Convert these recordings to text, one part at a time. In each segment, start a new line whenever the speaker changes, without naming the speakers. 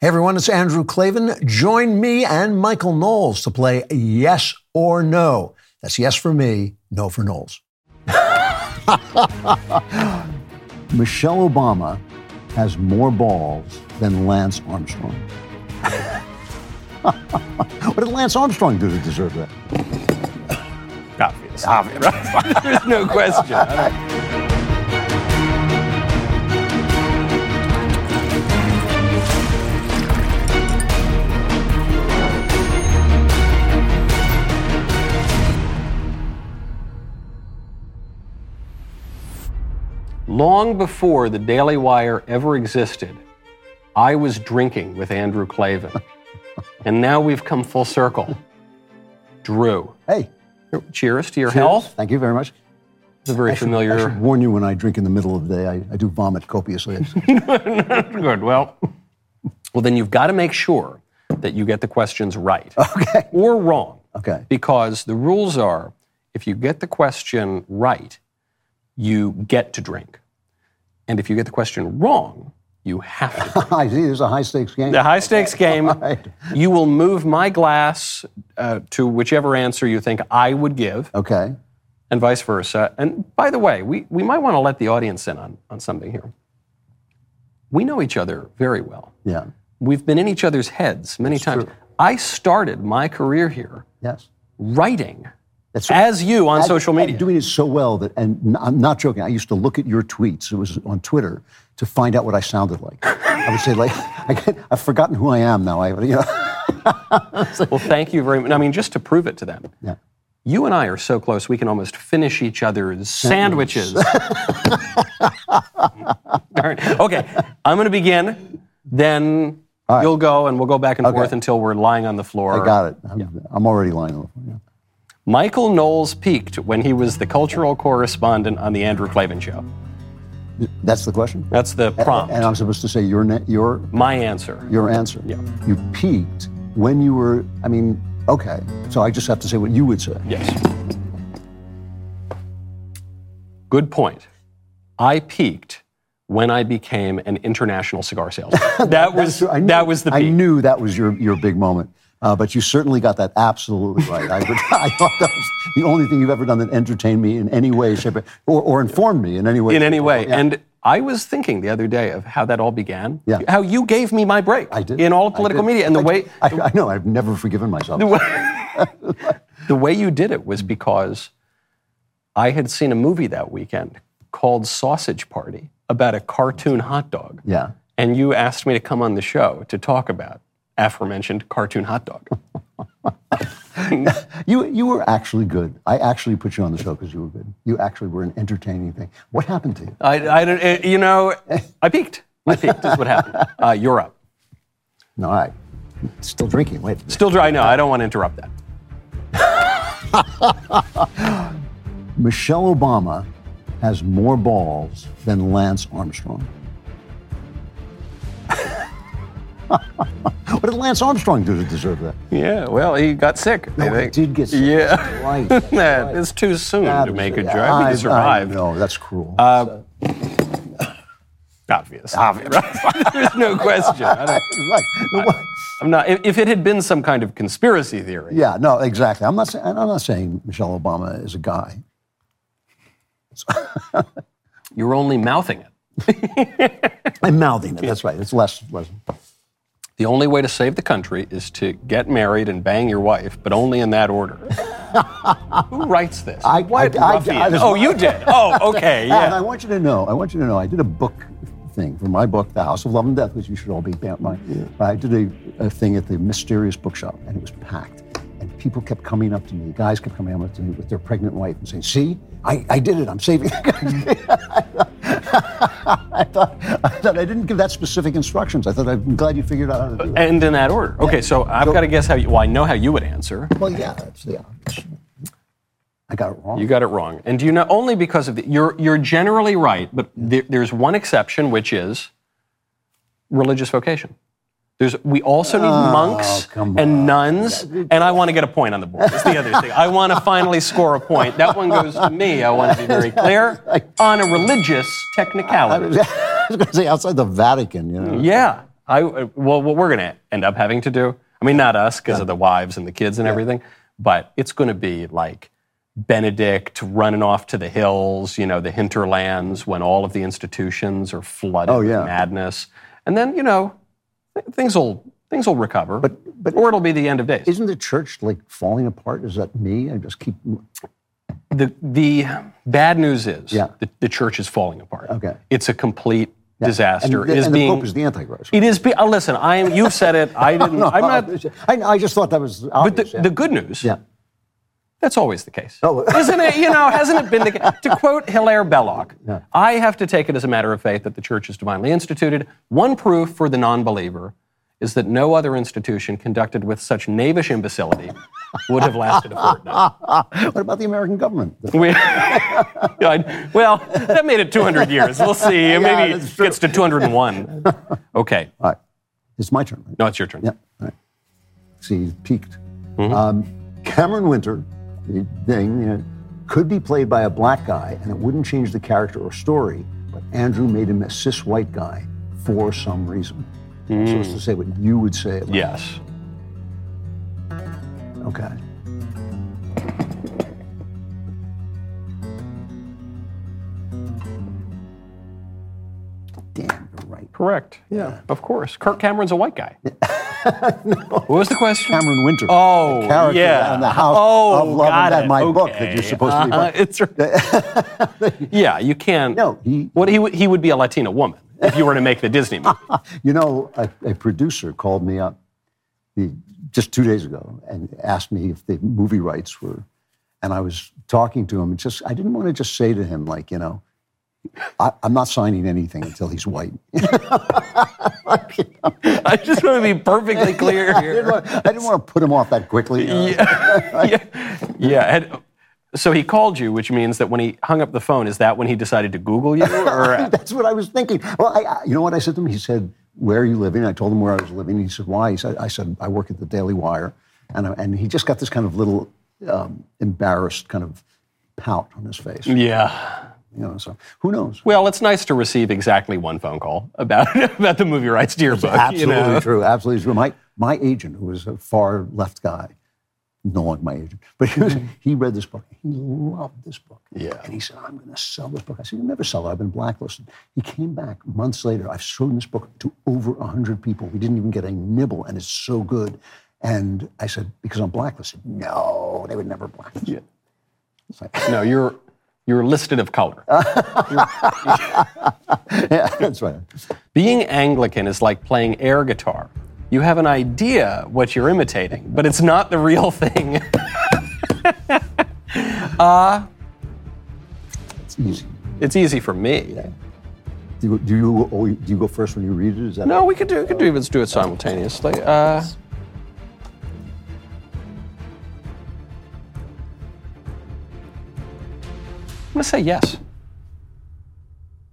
Hey everyone, it's Andrew Clavin. Join me and Michael Knowles to play Yes or No. That's yes for me, no for Knowles. Michelle Obama has more balls than Lance Armstrong. what did Lance Armstrong do to deserve that?
Obvious. Obvious. There's no question. I don't- Long before the Daily Wire ever existed, I was drinking with Andrew Clavin. and now we've come full circle. Drew,
Hey,
cheers to your health.
thank you very much.
It's a very
I
familiar.
should warn you when I drink in the middle of the day, I, I do vomit copiously.
Good. Well, well, then you've got to make sure that you get the questions right okay. or wrong.
Okay.
Because the rules are if you get the question right, you get to drink. And if you get the question wrong, you have to drink.
I see, this is a high stakes game.
The high stakes game,
right.
you will move my glass uh, to whichever answer you think I would give,
Okay.
and vice versa. And by the way, we, we might want to let the audience in on, on something here. We know each other very well.
Yeah.
We've been in each other's heads many times. I started my career here
Yes.
writing
That's
as you on
I-
social
I'm
media.
doing it so well that, and n- I'm not joking. I used to look at your tweets. It was on Twitter to find out what I sounded like. I would say like, I get, I've forgotten who I am now. I, you know,
Well, thank you very much. I mean, just to prove it to them.
Yeah.
You and I are so close, we can almost finish each other's sandwiches. Darn. Okay, I'm going to begin, then you'll go, and we'll go back and forth until we're lying on the floor.
I got it. I'm, I'm already lying. on the floor,
Michael Knowles peaked when he was the cultural correspondent on The Andrew Clavin Show.
yeah. That's the question.
That's the prompt.
And uh, I'm supposed to say your na- your
My answer.
your answer.
Yeah.
You peaked when you were. I mean, okay. So I just have to say what you would say.
Yes. Good point. I peaked when I became an international cigar salesman. That was
So I knew-
that was the
I
peak.
knew that was your, your big moment. Uh, but you certainly got that absolutely right. I, would- I thought that was the only thing you've ever done that entertained me in any way, shape, or, or informed me in any way.
in any
shape, or-
way.
yeah.
And I was thinking the other day of how that all began.
Yeah.
How you gave me my break
I did.
in all of
I
political
did.
media and the
I
way
did. I, I know, I've never forgiven myself.
the way, the way you did it was because I had seen a movie that weekend called Sausage Party about a cartoon hot dog.
Yeah.
and you asked me to come on the show to talk about aforementioned cartoon hot dog.
You, you were actually good. I actually put you on the show because you were good. You actually were an entertaining thing. What happened to you?
I, I don't- eh, you know, I peaked. I peaked. Is what happened. Uh, you're up.
No, I. Still drinking. Wait.
Still dry. No, I don't want to interrupt that.
Michelle Obama has more balls than Lance Armstrong. what did Lance Armstrong do to deserve that?
Yeah. Well, he got sick.
No,
I
he
think.
did get sick.
Yeah.
Right.
That is too soon to make a joke. I mean,
I-
he survived. Uh,
I know, that's cruel.
Obvious. Obvious. There's no question. I don't,
right. No, what-
I'm not. If, if it had been some kind of conspiracy theory,
yeah, no, exactly. I'm not, saying, I'm not saying Michelle Obama is a guy.
you're only mouthing it.
I'm mouthing it. That's right. It's less. less.
The only way to save the country is to get married and bang your wife, but only in that order. Who writes this?
I-
what
I- I-
ruffian?
I was-
oh, you did. Oh, okay.
And I
Yeah.
want you to know, I want you to know, I did a book thing for my book, The House of Love and Death, which you should all be about. My, I did a, a thing at the Mysterious Bookshop, and it was packed. And people kept coming up to me, guys kept coming up to me with their pregnant wife and saying, See, I, I did it, I'm saving the country. I, thought, I thought I didn't give that specific instructions. I thought I'm glad you figured out how to do it.
And in that order. Okay, so I've got to guess how you. Well, I know how you would answer.
Well, yeah, that's the obvious. I got it wrong.
You got it wrong, and do you know only because of the, you're you're generally right, but there, there's one exception, which is religious vocation. There's we also need monks
Oh, come
and nuns, and I want to get a point on the board. That's the other thing. I want to finally score a point. That one goes to me. I want to be very clear on a religious
I
technicality.
was, I was going to say outside the Vatican, you know.
Yeah. I well, what we're going to end up having to do. I mean, not us because of the wives and the kids and everything, but it's going to be like Benedict running off to the hills, you know, the hinterlands when all of the institutions are flooded
Oh, yeah.
with madness, and then you know, th- things will things will recover,
But- but-
or it'll be the end of days.
Isn't the church like falling apart? Is that me? I just keep
the the bad news is
Yeah.
the, the church is falling apart.
Okay.
It's a complete
and,
disaster.
the,
it is
and the
being
Pope is the Antichrist.
it is be, uh, listen, I am you've said it. I didn't I'm not
I, I just thought that was
but the,
obvious. yeah.
the good news,
Yeah.
that's always the case.
Oh.
Isn't it? You know, hasn't it been the case? To quote Hilaire Belloc, I have to take it as a matter of faith that the church is divinely instituted. One proof for the non believer is that no other institution conducted with such knavish imbecility would have lasted a fortnight.
What about the American government?
We, God, well, that made it 200 years. We'll see. Maybe
that's
it gets to 201. Okay.
All right. It's my turn. right?
No, it's your turn.
Yeah. All right. See, he's peaked.
Mm-hmm.
Um, Cameron Winter, the thing, you know, could be played by a black guy, and it wouldn't change the character or story. But Andrew made him a cis white guy for some reason. So
Mm.
as to say what you would say. About
Yes.
Okay. Damn, you're right.
Correct. Yeah. Of course. Kirk Cameron's a white guy. What was the question?
Cameron Winter.
Oh,
the character
yeah.
on the House
Oh,
of Love and
got
Death,
it.
my book
Okay.
that you're supposed to be.
Uh, it's yeah, you can't.
No, he,
What he would he would be a Latina woman if you were to make the Disney movie.
you know, a, a producer called me up the, just two days ago and asked me if the movie rights were, and I was talking to him and just, I didn't want to just say to him, like, you know, I, I'm not signing anything until he's white.
I just want to be perfectly clear
I didn't
here.
want, I didn't want to put him off that quickly. you know.
yeah. yeah. had- so he called you, which means that when he hung up the phone, is that when he decided to Google you? Or,
That's what I was thinking. Well, I, I, you know what I said to him? He said, "Where are you living?" I told him where I was living. He said, "Why?" He said, "I said I work at the Daily Wire," and I, and he just got this kind of little um, embarrassed kind of pout on his face.
Mm.
You
yeah.
know, so who knows?
Well, it's nice to receive exactly one phone call about about the movie rights to your book.
Absolutely
You know?
true. Absolutely true. My my agent, who was a far left guy, no longer my agent, but he, was, he read this book. He loved this book.
Mm-hmm. Yeah.
And he said, "I'm going to sell this book." I said, "You never sell it. I've been blacklisted." He came back months later. I've shown this book to over hundred people. We didn't even get a nibble, and it's so good. And I said, "Because I'm blacklisted." No, they would never blacklist. you. It's like,
No, you're you're listed of color.
yeah, that's right.
Being Anglican is like playing air guitar. You have an idea what you're imitating, but it's not the real thing.
It's easy.
it's easy for me.
Do you, do you oh, do you go first when you read it? Is that
No, we could do we could do let's do it simultaneously. Uh, I'm gonna say yes.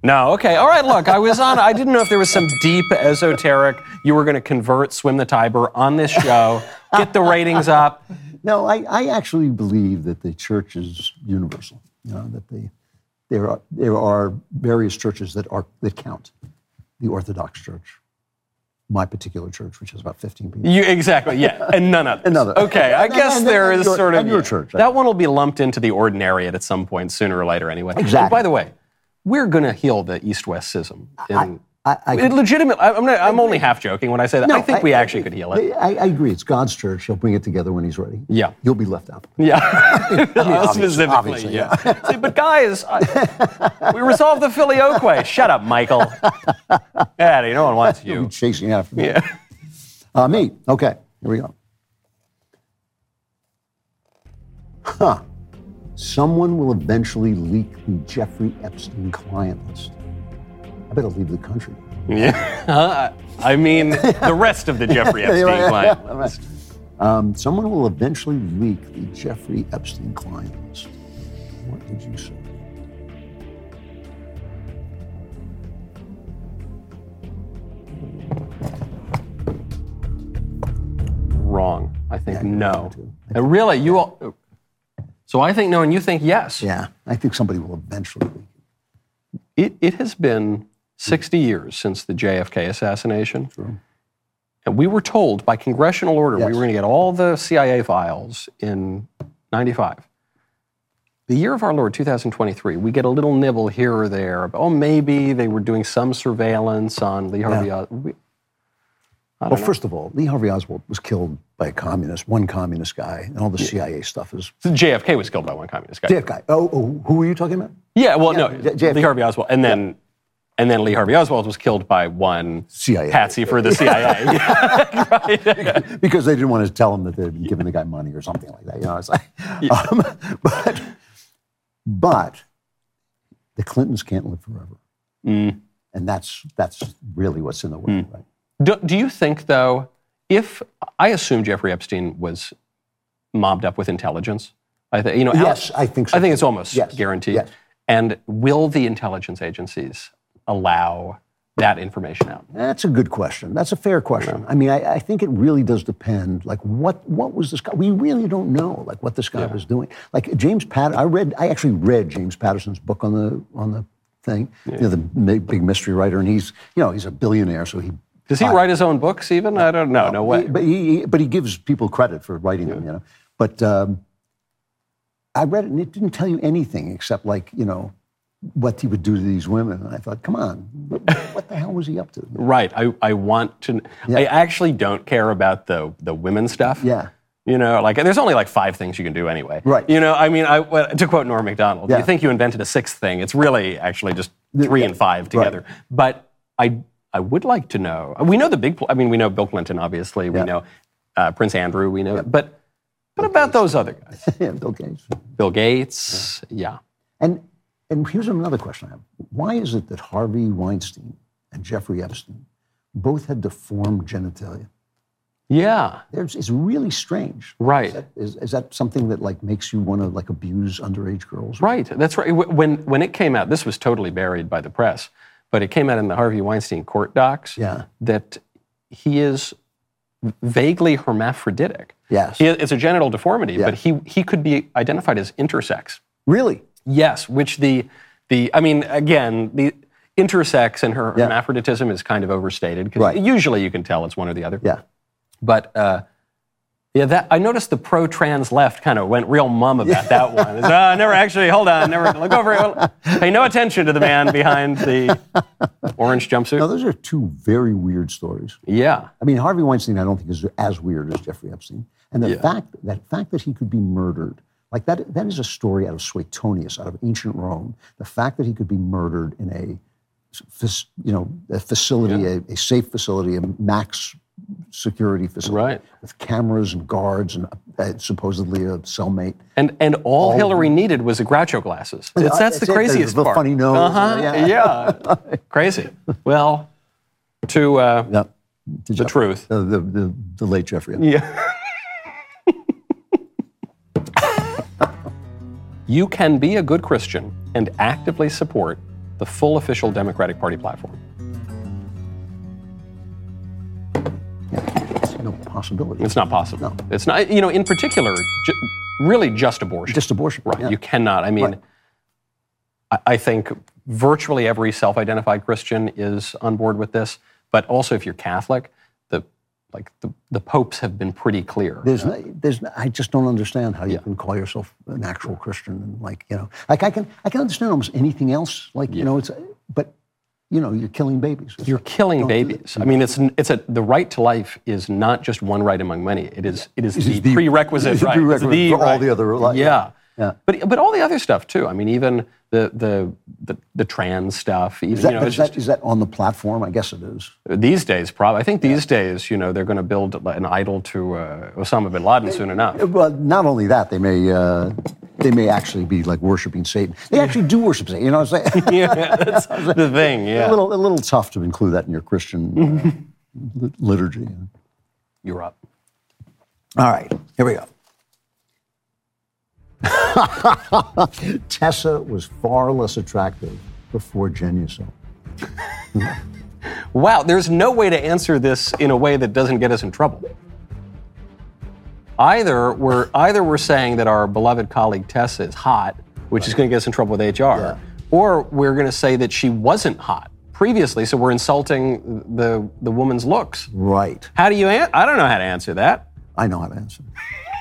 No, okay, all right. Look, I was on. I didn't know if there was some deep esoteric. You were gonna convert swim the Tiber on this show, get the ratings up.
No, I, I actually believe that the church is universal. You know that the there are there are various churches that are that count. The Orthodox Church, my particular church, which is about fifteen people.
You exactly, yeah, and none others.
Another.
Okay, I
And-
guess
and-
there
and
is
your-
sort of
and your church, I
That one will be lumped into the ordinariate at some point, sooner or later, anyway.
Exactly.
And by the way, we're going to heal the East-West schism. In,
I, I,
it legitimate. I- I'm, not, I'm only half joking when I say that. I think we actually could heal it.
I, I agree. It's God's church. He'll bring it together when He's ready.
Yeah.
you'll be left out.
yeah,
obviously,
specifically.
obviously,
yeah. See, but guys, I, we resolved the filioque. Shut up, Michael. Daddy, no one wants
You'll be
you.
chasing after me.
Yeah.
Uh, me. Okay. Here we go. Huh. Someone will eventually leak the Jeffrey Epstein client list. I better leave the country.
Yeah. Huh? I mean, the rest of the Jeffrey Epstein
Yeah,
client.
yeah, right. Um, someone will eventually leak the Jeffrey Epstein client list. What did you say?
Wrong. I think no.
too.
And really, you all. uh, So I think no, and you think yes.
Yeah, I think somebody will eventually leak.
It, it has been 60 years since the JFK assassination. And we were told by congressional order we
Yes.
were going to get all the CIA files in 95. The year of our Lord, 2023, we get a little nibble here or there. About, oh, maybe they were doing some surveillance on Lee Harvey Oswald. We- I
Well,
don't know.
first of all, Lee Harvey Oswald was killed by a communist, one communist guy, and all the CIA stuff is
JFK was killed by one communist guy.
JFK. Oh, oh, who were you talking about?
Yeah, well, no,
J- JFK.
Lee Harvey Oswald, and then and then Lee Harvey Oswald was killed by one
CIA.
patsy for the CIA. right.
Because they didn't want to tell him that they'd been giving the guy money or something like that. You know, it's like, um, but, but the Clintons can't live forever, Mm. and that's that's really what's in the way, right?
Do, do you think though, if I assume Jeffrey Epstein was mobbed up with intelligence, I think you know. Al-
Yes, I think so.
I think it's almost
Yes,
guaranteed.
yes.
And will the intelligence agencies allow that information out?
That's a good question. That's a fair question. I mean, I, I think it really does depend. Like, what what was this guy? We really don't know. Like, what this guy was doing. Like James Pat. I read. I actually read James Patterson's book on the on the thing. You know, the ma- big mystery writer, and he's you know he's a billionaire, so he.
Does he write his own books? Even I don't know. No way.
But he, he- but he gives people credit for writing them. You know, but um, I read it and it didn't tell you anything except like you know what he would do to these women. And I thought, come on, what, what the hell was he up to?
Right. I, I want to. I actually don't care about the the women stuff.
Yeah.
You know, like there's only like five things you can do anyway.
Right.
You know, I mean, I, well, to quote Norm Macdonald,
Yeah.
you think you invented a sixth thing. It's really actually just three and five together. But I I would like to know. We know the big. pl- I mean, we know Bill Clinton, obviously. We know uh, Prince Andrew. We know. But what about those other guys?
yeah, Bill Gates.
Bill Gates. yeah.
And and here's another question I have: Why is it that Harvey Weinstein and Jeffrey Epstein both had deformed genitalia?
Yeah.
There's, it's really strange.
Right.
Is, is that something that like makes you want to like abuse underage girls?
Right. That's right. Wh- When when it came out, this was totally buried by the press, but it came out in the Harvey Weinstein court docs
Yeah.
that he is vaguely hermaphroditic.
Yes.
He, it's a genital deformity,
Yeah.
but he he could be identified as intersex.
Really?
Yes, which the the I mean again the intersex and her
Yeah.
hermaphroditism is kind of overstated 'cause
Right.
usually you can tell it's one or the other.
Yeah.
But uh, yeah, that I noticed the pro-trans left kind of went real mum about that one. It's, "Ah, never actually. Hold on, never look over. it. Pay no attention to the man behind the orange jumpsuit.
Now those are two very weird stories.
yeah,
I mean, Harvey Weinstein, I don't think is as weird as Jeffrey Epstein. And the fact that fact that he could be murdered, like that, that is a story out of Suetonius, out of ancient Rome. The fact that he could be murdered in a, fac- you know, a facility, a, a safe facility, a max security facility,
Right.
with cameras and guards and uh, supposedly a cellmate.
and and all, Hillary needed was a Groucho glasses. It's, that's the
it. There's
craziest
the
part.
funny nose.
Uh-huh.
Yeah.
Yeah, crazy. Well, to uh,
Yeah. To
the
Jeff-
truth.
The, the, the, the late Jeffrey. Epstein.
Yeah. you can be a good Christian and actively support the full official Democratic Party platform.
It's no possibility.
It's not possible. It's not, you know, in particular, ju- really just abortion.
Just abortion.
right.
Yeah.
You cannot. I mean,
Right.
I, I think virtually every self identified Christian is on board with this. But also, if you're Catholic, the like the, the popes have been pretty clear.
There's, no, there's, no, I just don't understand how you can call yourself an actual Christian and like, you know, like I can, I can understand almost anything else. Like, you know, it's, but, you know, you're killing babies.
You're killing babies. I mean, it's it's a the right to life is not just one right among many. It is it is, the,
the-
prerequisite
the
right. It's
prerequisite
the
for all
right.
the other li-
Yeah.
yeah.
But but all the other stuff too. I mean, even the the the, the trans stuff. Even,
is that,
you know,
is,
it's just,
that, is that on the platform? I guess it is.
these days probably. I think these days, you know, they're going to build an idol to uh, Osama bin Laden soon enough.
Well, not only that, they may, uh, they may actually be like worshiping Satan. They actually do worship Satan. You know what I'm saying?
yeah, that's the thing.
a,
Yeah.
little, a little tough to include that in your Christian uh,
Mm-hmm.
lit- liturgy.
You're up.
All right, here we go. Tessa was far less attractive before Genucel.
Wow. There's no way to answer this in a way that doesn't get us in trouble. Either we're either we're saying that our beloved colleague Tessa is hot, which is going to get us in trouble with HR, or we're going to say that she wasn't hot, previously, so we're insulting the, the woman's looks.
Right.
How do you an- I don't know how to answer that.
I know how to answer.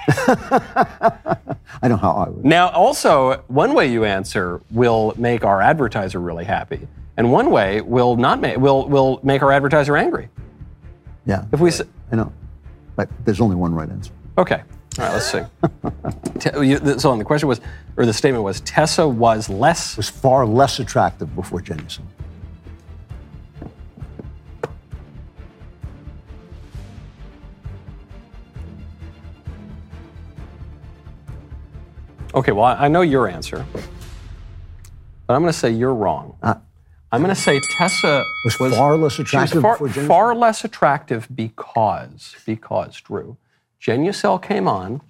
I know how I would.
Now, also, one way you answer will make our advertiser really happy, and one way will not make will will make our advertiser angry.
Yeah.
If we s
I know. But there's only one right answer.
okay, all right, let's see. Te- you- th- so the question was, or the statement was, Tessa was less.
was far less attractive before Jennison.
Okay, well, I, I know your answer, but I'm going to say you're wrong. I'm going to say Tessa
Uh, Was, far less
She was
attractive
far,
before Jennison.
far less attractive because because Drew, Genucel came on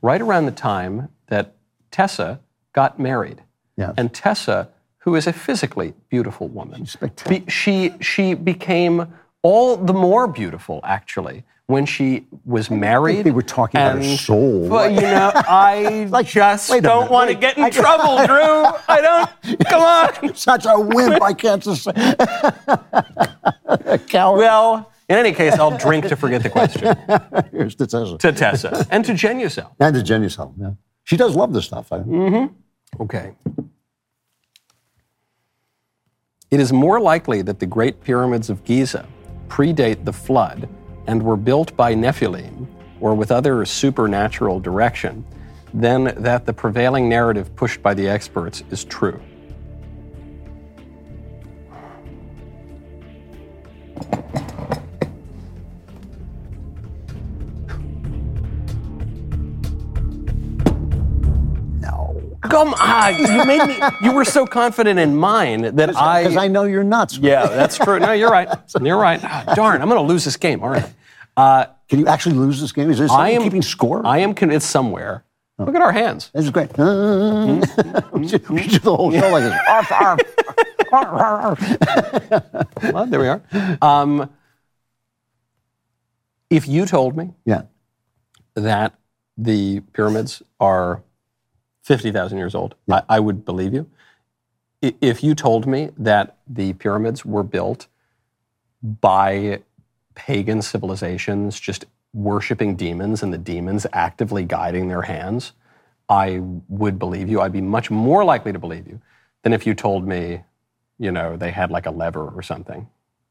right around the time that Tessa got married,
Yes.
and Tessa, who is a physically beautiful woman,
spectacular.
be, she she became all the more beautiful actually when she was married.
they were talking about her
and-
soul.
Well, you know, I
Like,
just
wait a
don't
minute,
want to
wait,
get in
I-
trouble, Drew. I don't. Come on.
Such a wimp, I can't just say. a coward.
Well, in any case, I'll drink to forget the question.
Here's the Tessa.
to Tessa and to Genucel.
and to Jenny's home. Yeah. She does love this stuff. I,
Okay. It is more likely that the Great Pyramids of Giza predate the flood and were built by Nephilim or with other supernatural direction than that the prevailing narrative pushed by the experts is true.
No.
Come on, you made me. You were so confident in mine that I.
Because I know you're nuts.
yeah, that's true. No, you're right. You're right. Ah, darn, I'm going to lose this game, aren't I? Uh,
Can you actually lose this game? Is there someone
I am
keeping score?
I am convinced somewhere. Look at our hands.
this is great. we should we should do the whole show like this. Arf, arf. Arf, arf, arf.
Well, there we are. Um, if you told me
Yeah.
that the pyramids are 50,000 years old, I, I would believe you. I- If you told me that the pyramids were built by pagan civilizations just worshiping demons and the demons actively guiding their hands, I would believe you. I'd be much more likely to believe you than if you told me, you know, they had like a lever or something.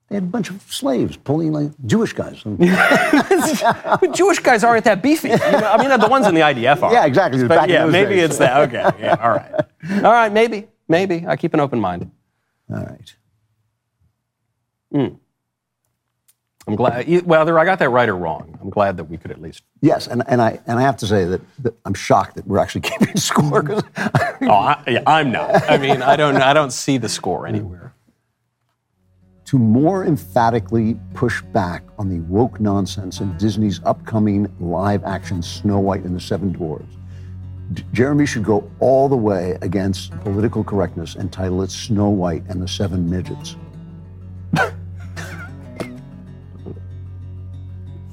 They had a bunch of slaves pulling like Jewish guys.
But Jewish guys aren't that beefy. You know, I mean, the ones in the IDF are.
Yeah, exactly. It was
But
back in
yeah,
those
maybe
days.
it's that. Okay. Yeah. All right. All right. Maybe. Maybe. I keep an open mind.
All right.
I'm glad. e- Whether I got that right or wrong, I'm glad that we could at least.
Yes, and, and I and I have to say that, that I'm shocked that we're actually keeping score. 'cause-
Oh, I, yeah, I'm not. I mean, I don't. I don't see the score anywhere.
to more emphatically push back on the woke nonsense in Disney's upcoming live-action Snow White and the Seven Dwarfs, D- Jeremy should go all the way against political correctness and title it Snow White and the Seven Midgets.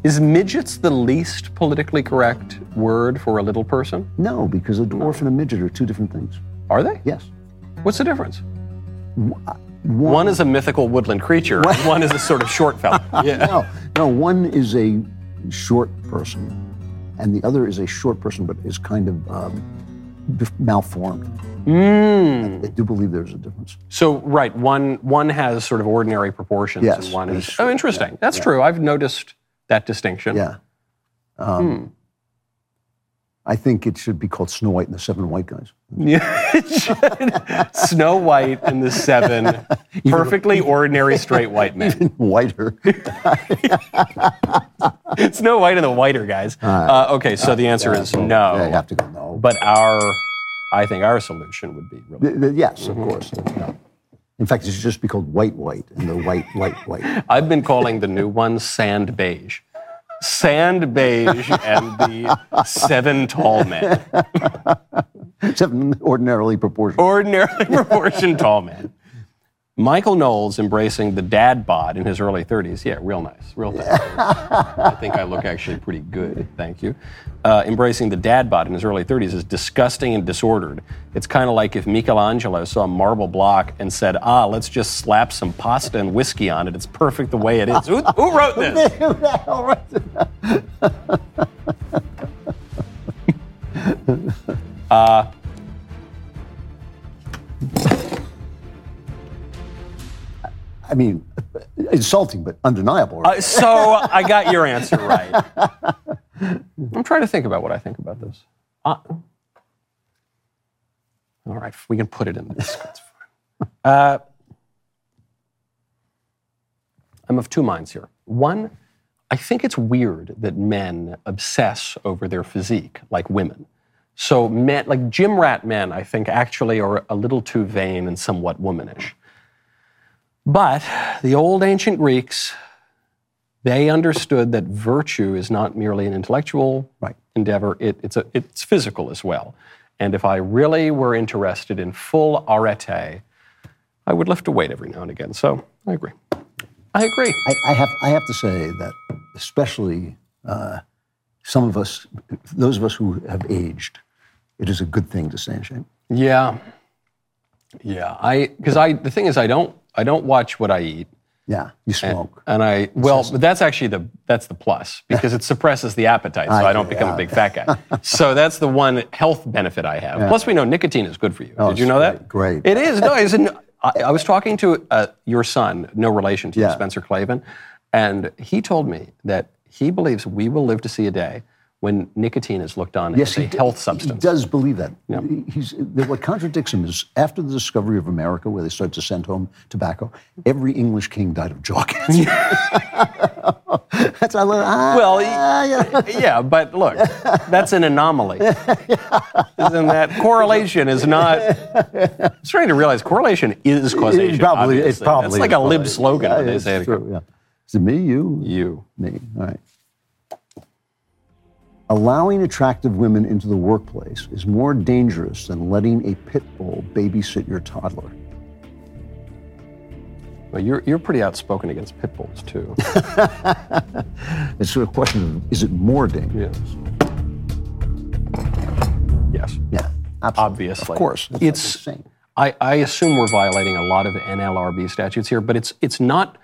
Is midgets the least politically correct word for a little person?
No, because a dwarf and a midget are two different things.
Are they?
Yes.
What's the difference? One, is a mythical woodland creature. and One is a sort of short fellow. Yeah.
No, no. One is a short person, and the other is a short person, but is kind of um, dif- malformed.
Hmm.
Mm. I do believe there's a difference.
So right, one one has sort of ordinary proportions,
Yes,
and one is
it's-
oh, interesting. That's true. I've noticed that distinction.
Yeah. Um,
Hmm.
I think it should be called Snow White and the Seven White Guys.
Yeah. Snow White and the Seven, perfectly ordinary straight white men.
Whiter.
Snow White and the whiter guys. Uh, okay, so the answer is no.
I have to go no.
But our, I think our solution would be really.
Th- th- yes,
Mm-hmm.
of course. No. In fact, it should just be called White White and the White White White.
I've been calling the new one sand beige. Sand beige and the seven tall men.
Seven ordinarily proportioned.
ordinarily proportioned tall man. Michael Knowles embracing the dad bod in his early 30s. Yeah, real nice, real nice. I think I look actually pretty good. Thank you. Uh, embracing the dad bod in his early 30s is disgusting and disordered. It's kind of like if Michelangelo saw a marble block and said, "Ah, let's just slap some pasta and whiskey on it. It's perfect the way it is." Who, who wrote this?
All right. I mean, insulting, but undeniable. right?
Uh, so I got your answer right. I'm trying to think about what I think about this. Uh, all right, we can put it in this. That's fine. Uh, I'm of two minds here. One, I think it's weird that men obsess over their physique like women. So men, like gym rat men, I think actually are a little too vain and somewhat womanish. But the old ancient Greeks, they understood that virtue is not merely an intellectual
Right.
endeavor, it, it's, a, it's physical as well. And if I really were interested in full arete, I would lift a weight every now and again. So I agree. I agree.
I, I have I have to say that especially uh, some of us, those of us who have aged, it is a good thing to stay in shape.
Yeah. Yeah. I because I the thing is I don't I don't watch what I eat.
Yeah, you smoke.
And I well, but that's actually the that's the plus because it suppresses the appetite, so I,
I
don't
see,
become a
yeah.
big fat guy. so that's the one health benefit I have. Plus, we know nicotine is good for you. Did you
Oh, it's
know that?
great, great.
It is. No, it's an, I, I was talking to uh, your son, no relation to you,
Yeah.
Spencer Clavin, and he told me that he believes we will live to see a day when nicotine is looked on as a
d-
health substance.
He does believe that. He's, that what contradicts him is after the discovery of America, where they started to send home tobacco, every English king died of jaw cancer. That's I love. Ah,
Well, he-
yeah.
yeah, but look, that's an anomaly. Isn't that correlation is not? I'm starting to realize correlation is causation.
It probably, it
obviously.
probably
That's like
is
a lib
probably-
slogan
Yeah,
when they
it's
say it.
true, yeah. Is it me, you,
You.
me? All right. Allowing attractive women into the workplace is more dangerous than letting a pit bull babysit your toddler.
Well, you're you're pretty outspoken against pit bulls too.
It's sort of a question of is it more dangerous?
yes. Yes.
Yeah, absolutely.
Obviously.
Of course. That's
It's.
insane.
I, I assume we're violating a lot of NLRB statutes here, but it's it's not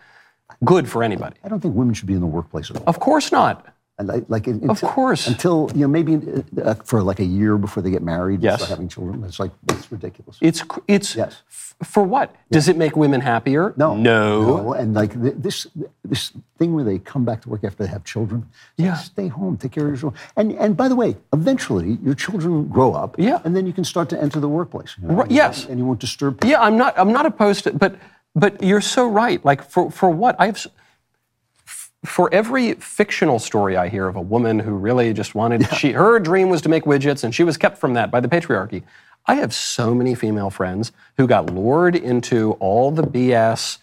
good for anybody.
I don't think women should be in the workplace at all.
Of course not.
And like, like in- until,
course.
until you know maybe uh, uh, for like a year before they get married, and
Yes.
start having children. It's like it's ridiculous.
It's cr- it's
Yes.
f- for what? Does it make women happier?
No.
No.
No, And like th- this, this thing where they come back to work after they have children. It's like,
Yeah.
Stay home, take care of your children. And and by the way, eventually your children grow up.
Yeah.
And then you can start to enter the workplace. you know,
Right,
and you
yes.
won't- And you won't disturb. people.
Yeah, I'm not. I'm not opposed to. But but you're so right. Like for for what I've s- f- for every fictional story I hear of a woman who really just wanted she her dream was to make widgets and she was kept from that by the patriarchy. I have so many female friends who got lured into all the BS.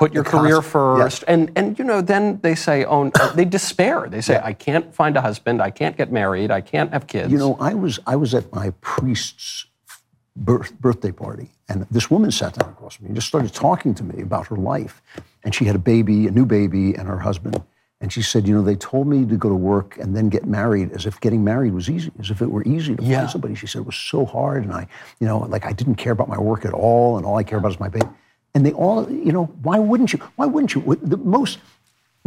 Put your career first, and and you know, then they say, "Oh, they despair." They say, "I can't find a husband. I can't get married. I can't have kids."
You know, I was I was at my priest's birth, birthday party, and this woman sat down across from me and just started talking to me about her life. And she had a baby, a new baby, and her husband. And she said, you know, they told me to go to work and then get married, as if getting married was easy, as if it were easy to
Yeah.
find somebody. She said it was so hard, and I, you know, like I didn't care about my work at all, and all I care about is my baby. And they all, you know, why wouldn't you? Why wouldn't you? What- The most,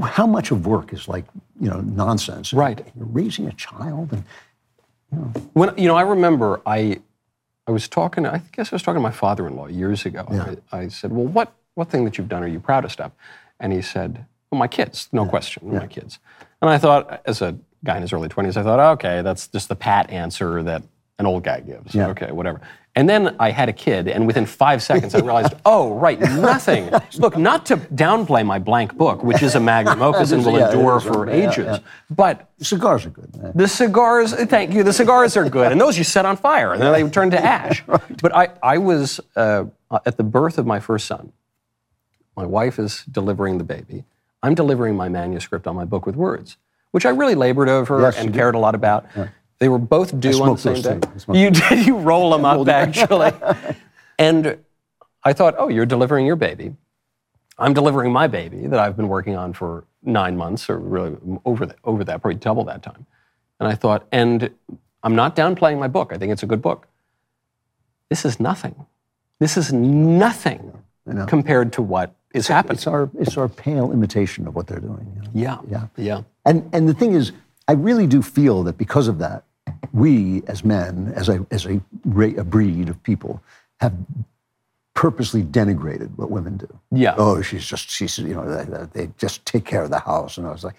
how much of work is like, you know, nonsense?
Right.
You're raising a child, and
When you know, I remember I, I was talking. I guess I was talking to my father-in-law years ago. I, I said, "Well, what what thing that you've done are you proudest of?" And he said, "Well, my kids, no question, my kids." And I thought, as a guy in his early twenties, I thought, "Okay, that's just the pat answer that an old guy gives." Okay, whatever. And then I had a kid, and within five seconds, I realized, oh, right, nothing. Look, not to downplay my blank book, which is a magnum opus and will
Yeah, it
endure
is.
for
Yeah,
ages, but
Cigars are good. man.
the cigars, thank you. The cigars are good, and those you set on fire, and then they turn to ash. But I, I was uh, at the birth of my first son. My wife is delivering the baby. I'm delivering my manuscript on my book with words, which I really labored over
Yes,
and
you did.
cared a lot about. They were both due on the
smoked
same
those
day.
too. I smoked
You did. You roll them up actually, and I thought, oh, you're delivering your baby. I'm delivering my baby that I've been working on for nine months, or really over that, over that, probably double that time. And I thought, and I'm not downplaying my book. I think it's a good book. This is nothing. This is nothing
I know.
compared to what is happening.
It's our it's our pale imitation of what they're doing. you know?
Yeah,
Yeah.
yeah.
And and the thing is, I really do feel that because of that, we as men, as a as a, ra- a breed of people, have purposely denigrated what women do.
Yeah.
Oh, she's just she's you know they, they just take care of the house, and I was like.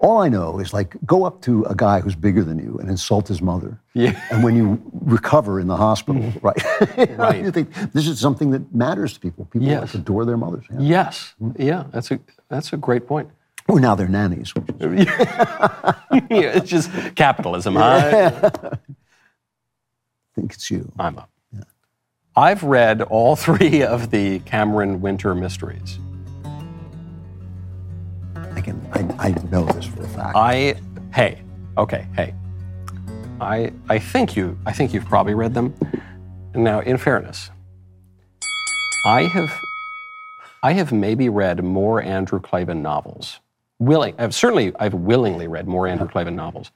All I know is like go up to a guy who's bigger than you and insult his mother.
Yeah.
And when you recover in the hospital, right? You know,
Right.
You think this is something that matters to people. People
Yes.
like adore their mothers. yeah.
Yes,
Mm-hmm.
yeah. That's a that's a great point.
Or now they're nannies. Which is,
Yeah, it's just capitalism. I,
I think it's you.
I'm up. I've read all three of the Cameron Winter mysteries.
I can. I, I know this for a fact.
I hey, okay, hey. I I think you I think you've probably read them. Now, in fairness, I have I have maybe read more Andrew Clavin novels. Willing, I've certainly I've willingly read more Andrew Clavin novels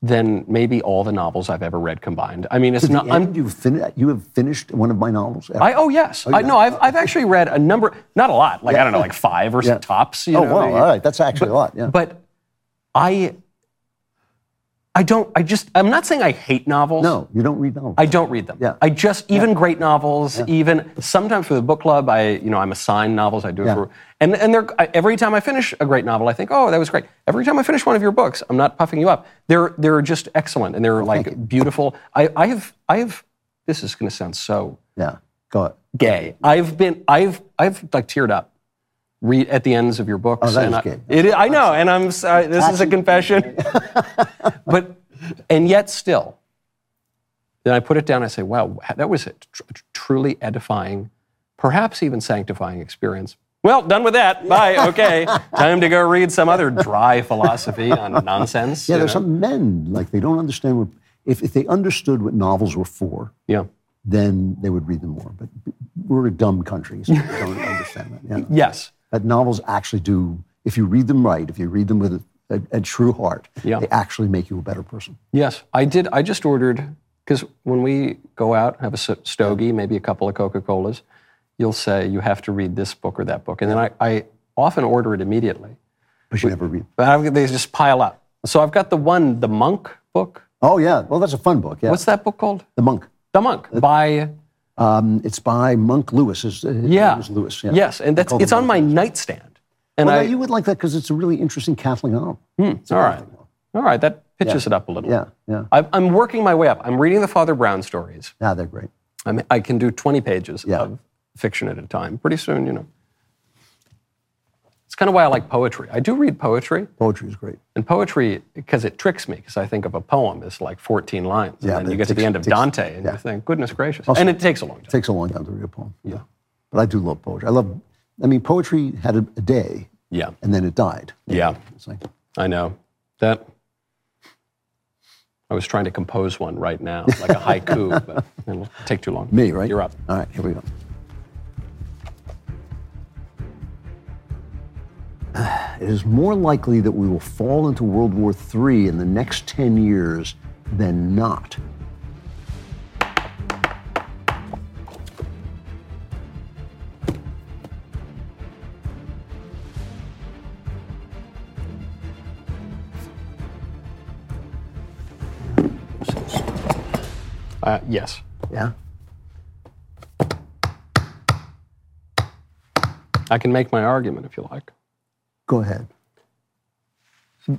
than maybe all the novels I've ever read combined. I mean, it's not. I'm
And you've fin- you have finished one of my novels.
I, oh yes, I know. I've, I've actually read a number, not a lot, like I don't know, like five or s-
Yeah.
tops. You
oh
know?
wow! All right, that's actually a lot. Yeah.
But I, I don't. I just. I'm not saying I hate novels.
no, you don't read novels.
I don't read them.
Yeah.
I just even great novels. Even sometimes for the book club, I you know I'm assigned novels. I do it
Yeah.
for and and they're, I, every time I finish a great novel, I think, oh, that was great. Every time I finish one of your books, I'm not puffing you up. They're they're just excellent and they're like beautiful. I I have I have. This is going to sound so
yeah. Go ahead.
gay. I've been, I've, I've like teared up re- at the ends of your books.
Oh, that is
and I,
gay.
It is, I know, and I'm sorry. This is a confession. but, and yet still, then I put it down. I say, wow, that was a tr- truly edifying, perhaps even sanctifying experience. Well, done with that. Bye. Okay. Time to go read some other dry philosophy on nonsense.
Yeah,
you
there's
know?
some men like they don't understand what. If, if they understood what novels were for,
Yeah.
then they would read them more. But we're a dumb country, so we don't understand that. Yeah.
Yes.
But novels actually do. If you read them right, if you read them with a, a, a true heart,
Yeah.
they actually make you a better person.
Yes, I did. I just ordered because when we go out have a s- stogie, maybe a couple of Coca Colas, you'll say you have to read this book or that book, and then I, I often order it immediately,
But you never read.
but I, they just pile up. So I've got the one, the Monk book.
Oh yeah, well that's a fun book. Yeah,
What's that book called?
The Monk.
The Monk by
Um, it's by Monk Lewis. His, his
yeah,
name is uh, Lewis. Yeah.
yes, and that's
call
it's
them
on my nightstand, and
Well,
I Hmm.
no, you would like that because it's a really interesting Catholic novel.
all right, all right, that pitches it up a little.
Yeah, yeah.
I'm, I'm working my way up. I'm reading the Father Brown stories.
Yeah, they're great.
I'm, I can do 20 pages
Yeah.
of fiction at a time. Pretty soon, you know. It's kind of why I like poetry. I do read poetry,
Poetry is great.
and poetry, because it tricks me, because I think of a poem as like 14 lines.
Yeah, but
and then you
it
get to the
takes-
end of
takes-
Dante, and
yeah.
you think, goodness gracious. and it takes a long
It
time.
takes a long time to read a poem. Yeah. But I do love poetry. I love, I mean, poetry had a, a day
Yeah,
and then it died.
yeah,
It's like,
I know. That. I was trying to compose one right now, like a haiku, but it'll take too long.
me, right?
You're up.
All right, here we go. It is more likely that we will fall into World War III in the next 10 years than not.
Uh, yes.
Yeah?
I can make my argument if you like.
Go ahead.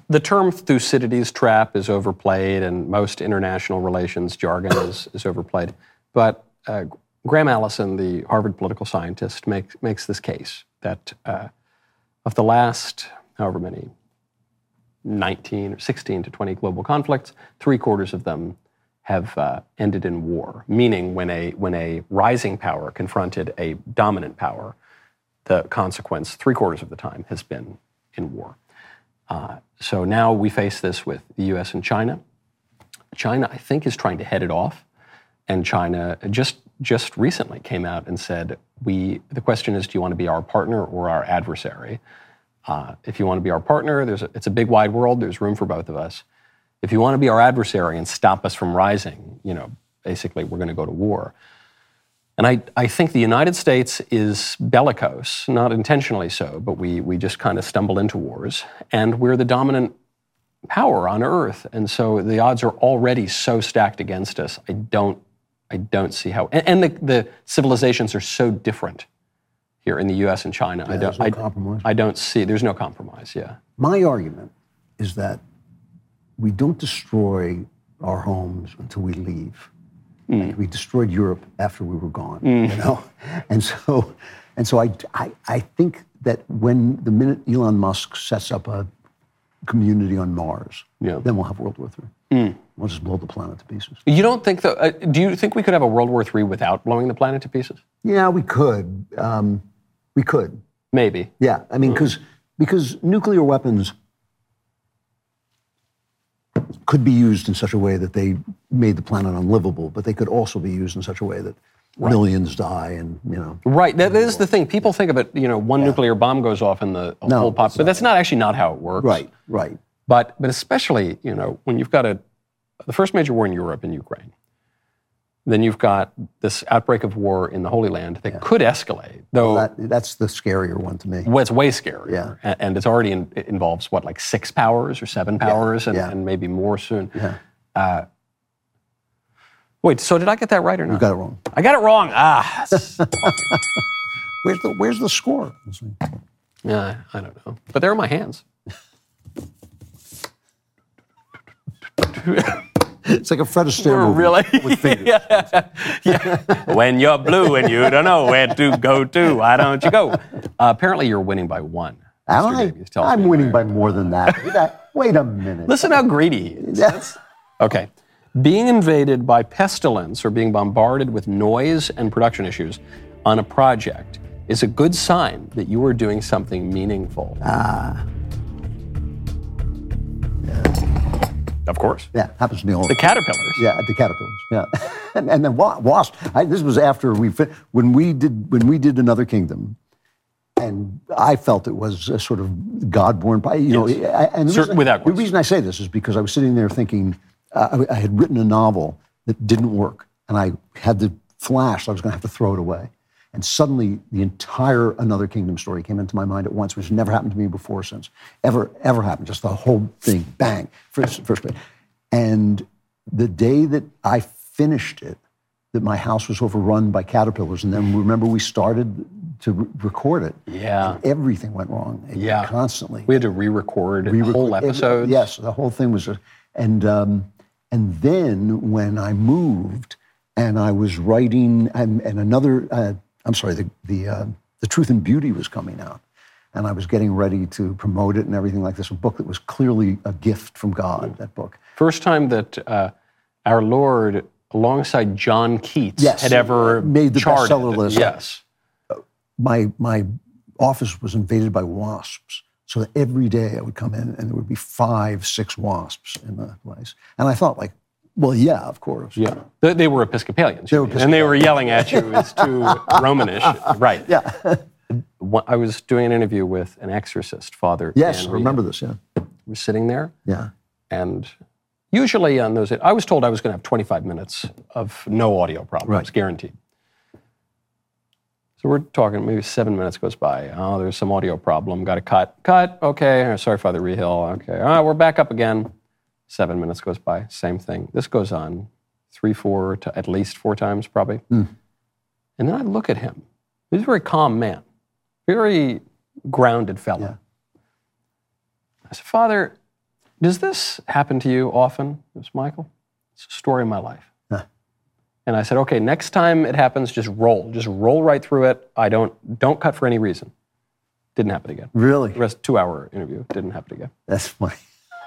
The term Thucydides trap is overplayed, and most international relations jargon is, is overplayed. But uh, Graham Allison, the Harvard political scientist, makes, makes this case that uh, of the last however many 19 or 16 to 20 global conflicts, three quarters of them have uh, ended in war, meaning when a, when a rising power confronted a dominant power, the consequence, three quarters of the time, has been in war. Uh, so now we face this with the US and China. China, I think, is trying to head it off. and China just just recently came out and said, "We." The question is, do you want to be our partner or our adversary? Uh, if you want to be our partner, there's a, it's a big wide world. There's room for both of us. If you want to be our adversary and stop us from rising, you know, basically we're going to go to war. And I, I think the United States is bellicose, not intentionally so, but we, we just kind of stumble into wars. And we're the dominant power on earth. And so the odds are already so stacked against us. I don't, I don't see how. And, and the, the civilizations are so different here in the US and China. I,
there's
don't,
no
I,
compromise.
I don't see, there's no compromise, yeah.
My argument is that we don't destroy our homes until we leave.
Hmm.
Like, we destroyed Europe after we were gone, you know, and so, and so I, I, I think that when the minute Elon Musk sets up a community on Mars,
Yeah. Hmm.
then we'll have World War III. We'll just blow the planet to pieces.
You don't think, though, uh, do you think we could have a World War III without blowing the planet to pieces?
Yeah, we could, um, we could.
Maybe.
Yeah, I mean, because because nuclear weapons could be used in such a way that they made the planet unlivable, but they could also be used in such a way that millions die, and you know,
Right. That that is the thing. People think of it, you know, one nuclear bomb goes off and the
No,
whole pop.
it's
But that's not actually not how it works.
right, right,
But but especially, you know, when you've got a the first major war in Europe in Ukraine, then you've got this outbreak of war in the Holy Land that could escalate, though
that, that's the scarier one to me.
well, it's way scarier.
Yeah.
A- And, it's already in, it involves what, like six powers or seven powers and,
yeah.
and maybe more soon. Uh, wait, so did I get that right or not?
You got it wrong.
I got it wrong. Ah, that's-
Where's the where's the score?
Yeah, I don't know. But they're in my hands.
It's like a Fred Astaire movie.
Really?
With fingers.
yeah. yeah. When you're blue and you don't know where to go to, why don't you go? Uh, apparently, you're winning by one.
Am
Mr.
I?
Davies tells me.
I'm winning by more than that. Wait a- Wait a minute.
Listen how greedy he is.
That's,
Okay. Being invaded by pestilence or being bombarded with noise and production issues on a project is a good sign that you are doing something meaningful. Ah. Of course.
yeah, happens to me all
The caterpillars.
Yeah, the caterpillars. Yeah, and, and then wa- wasp. I, this was after we fin- when we did when we did another kingdom, and I felt it was a sort of God-born. pi- You know, I, and the
Cer-
reason,
without
the
question.
reason I say this is because I was sitting there thinking uh, I, I had written a novel that didn't work, and I had the flash that I was going to have to throw it away. And suddenly, the entire Another Kingdom story came into my mind at once, which has never happened to me before since. Ever, ever happened. Just the whole thing, bang, first, first bit. And the day that I finished it, that my house was overrun by caterpillars. And then remember, we started to re- record it.
Yeah.
Everything went wrong. It-
Yeah.
Constantly.
We had to re-record whole
Every- uh,
episodes.
Yes, the whole thing was, a- and um, and then when I moved and I was writing, and, and another, uh, I'm sorry, the the uh, the Truth and Beauty was coming out, and I was getting ready to promote it and everything like this. A book that was clearly a gift from God. That book.
First time that uh, our Lord, alongside John Keats,
Yes.
had ever
Made the
charted.
bestseller list.
Yes.
my my office was invaded by wasps. So that every day I would come in and there would be five, six wasps in the place. And I thought, like, well, yeah, of course.
Yeah. They, they were Episcopalians.
were
you mean, And they were yelling at you. It's too Romanish. Right. Yeah. I was doing an interview with an exorcist, Father.
Yes,
Dan
I
Reed.
remember this, yeah.
We're sitting there,
Yeah.
and usually on those, I was told I was going to have 25 minutes of no audio problems,
Right.
guaranteed. So we're talking, maybe seven minutes goes by. Oh, there's some audio problem. Got to cut. Cut. Okay. Oh, Sorry, Father Rehill. Okay. All right, we're back up again. Seven minutes goes by. Same thing. This goes on three, four, to at least four times probably. And then I look at him. He's a very calm man, very grounded fellow. I said, Father, does this happen to you often? It was Michael. It's a story of my life.
Huh.
And I said, okay, next time it happens, just roll. Just roll right through it. I don't don't cut for any reason. Didn't happen again.
Really?
The rest two hour interview didn't happen again.
That's funny.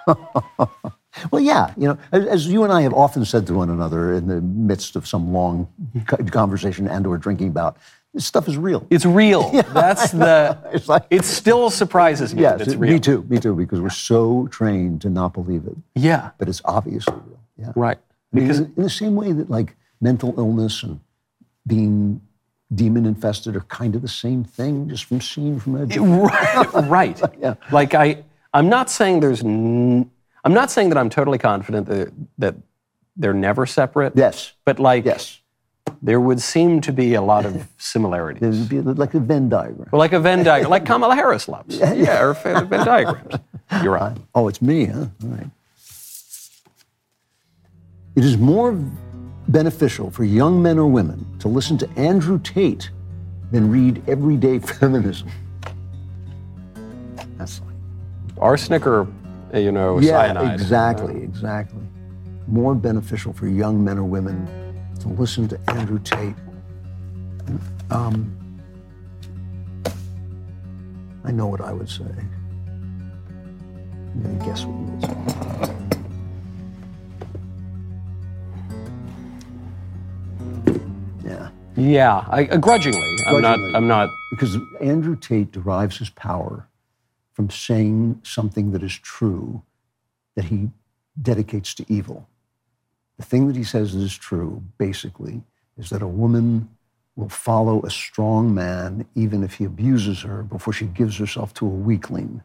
well, yeah, you know, as, as you and I have often said to one another in the midst of some long co- conversation and or drinking bout, this stuff is real.
It's real. That's the
It's like,
it still surprises me
yes,
that it's
it-
real.
me too, me too, because we're so trained to not believe it,
Yeah.
but it's obviously real. Yeah.
Right.
Because in the same way that like mental illness and being demon infested are kind of the same thing, just from seeing from a
right, right.
Yeah.
Like I, I'm not saying there's, n- I'm not saying that I'm totally confident that that they're never separate.
yes,
But like,
yes.
there would seem to be a lot of similarities.
It would be like a Venn diagram.
Well, like a Venn diagram, like Kamala Harris loves. Yeah, or fa- Venn diagrams. You're right.
Oh, it's me, huh? All right. It is more beneficial for young men or women to listen to Andrew Tate than read everyday feminism. That's like,
Arsenic or, uh, you know,
yeah,
cyanide.
exactly, exactly. More beneficial for young men or women to listen to Andrew Tate. Um, I know what I would say. I'm gonna guess what you would say. Yeah,
Yeah, I, uh, grudgingly. I'm not.
Grudgingly.
I'm not.
because Andrew Tate derives his power from saying something that is true that he dedicates to evil. The thing that he says that is true, basically, is that a woman will follow a strong man even if he abuses her before she gives herself to a weakling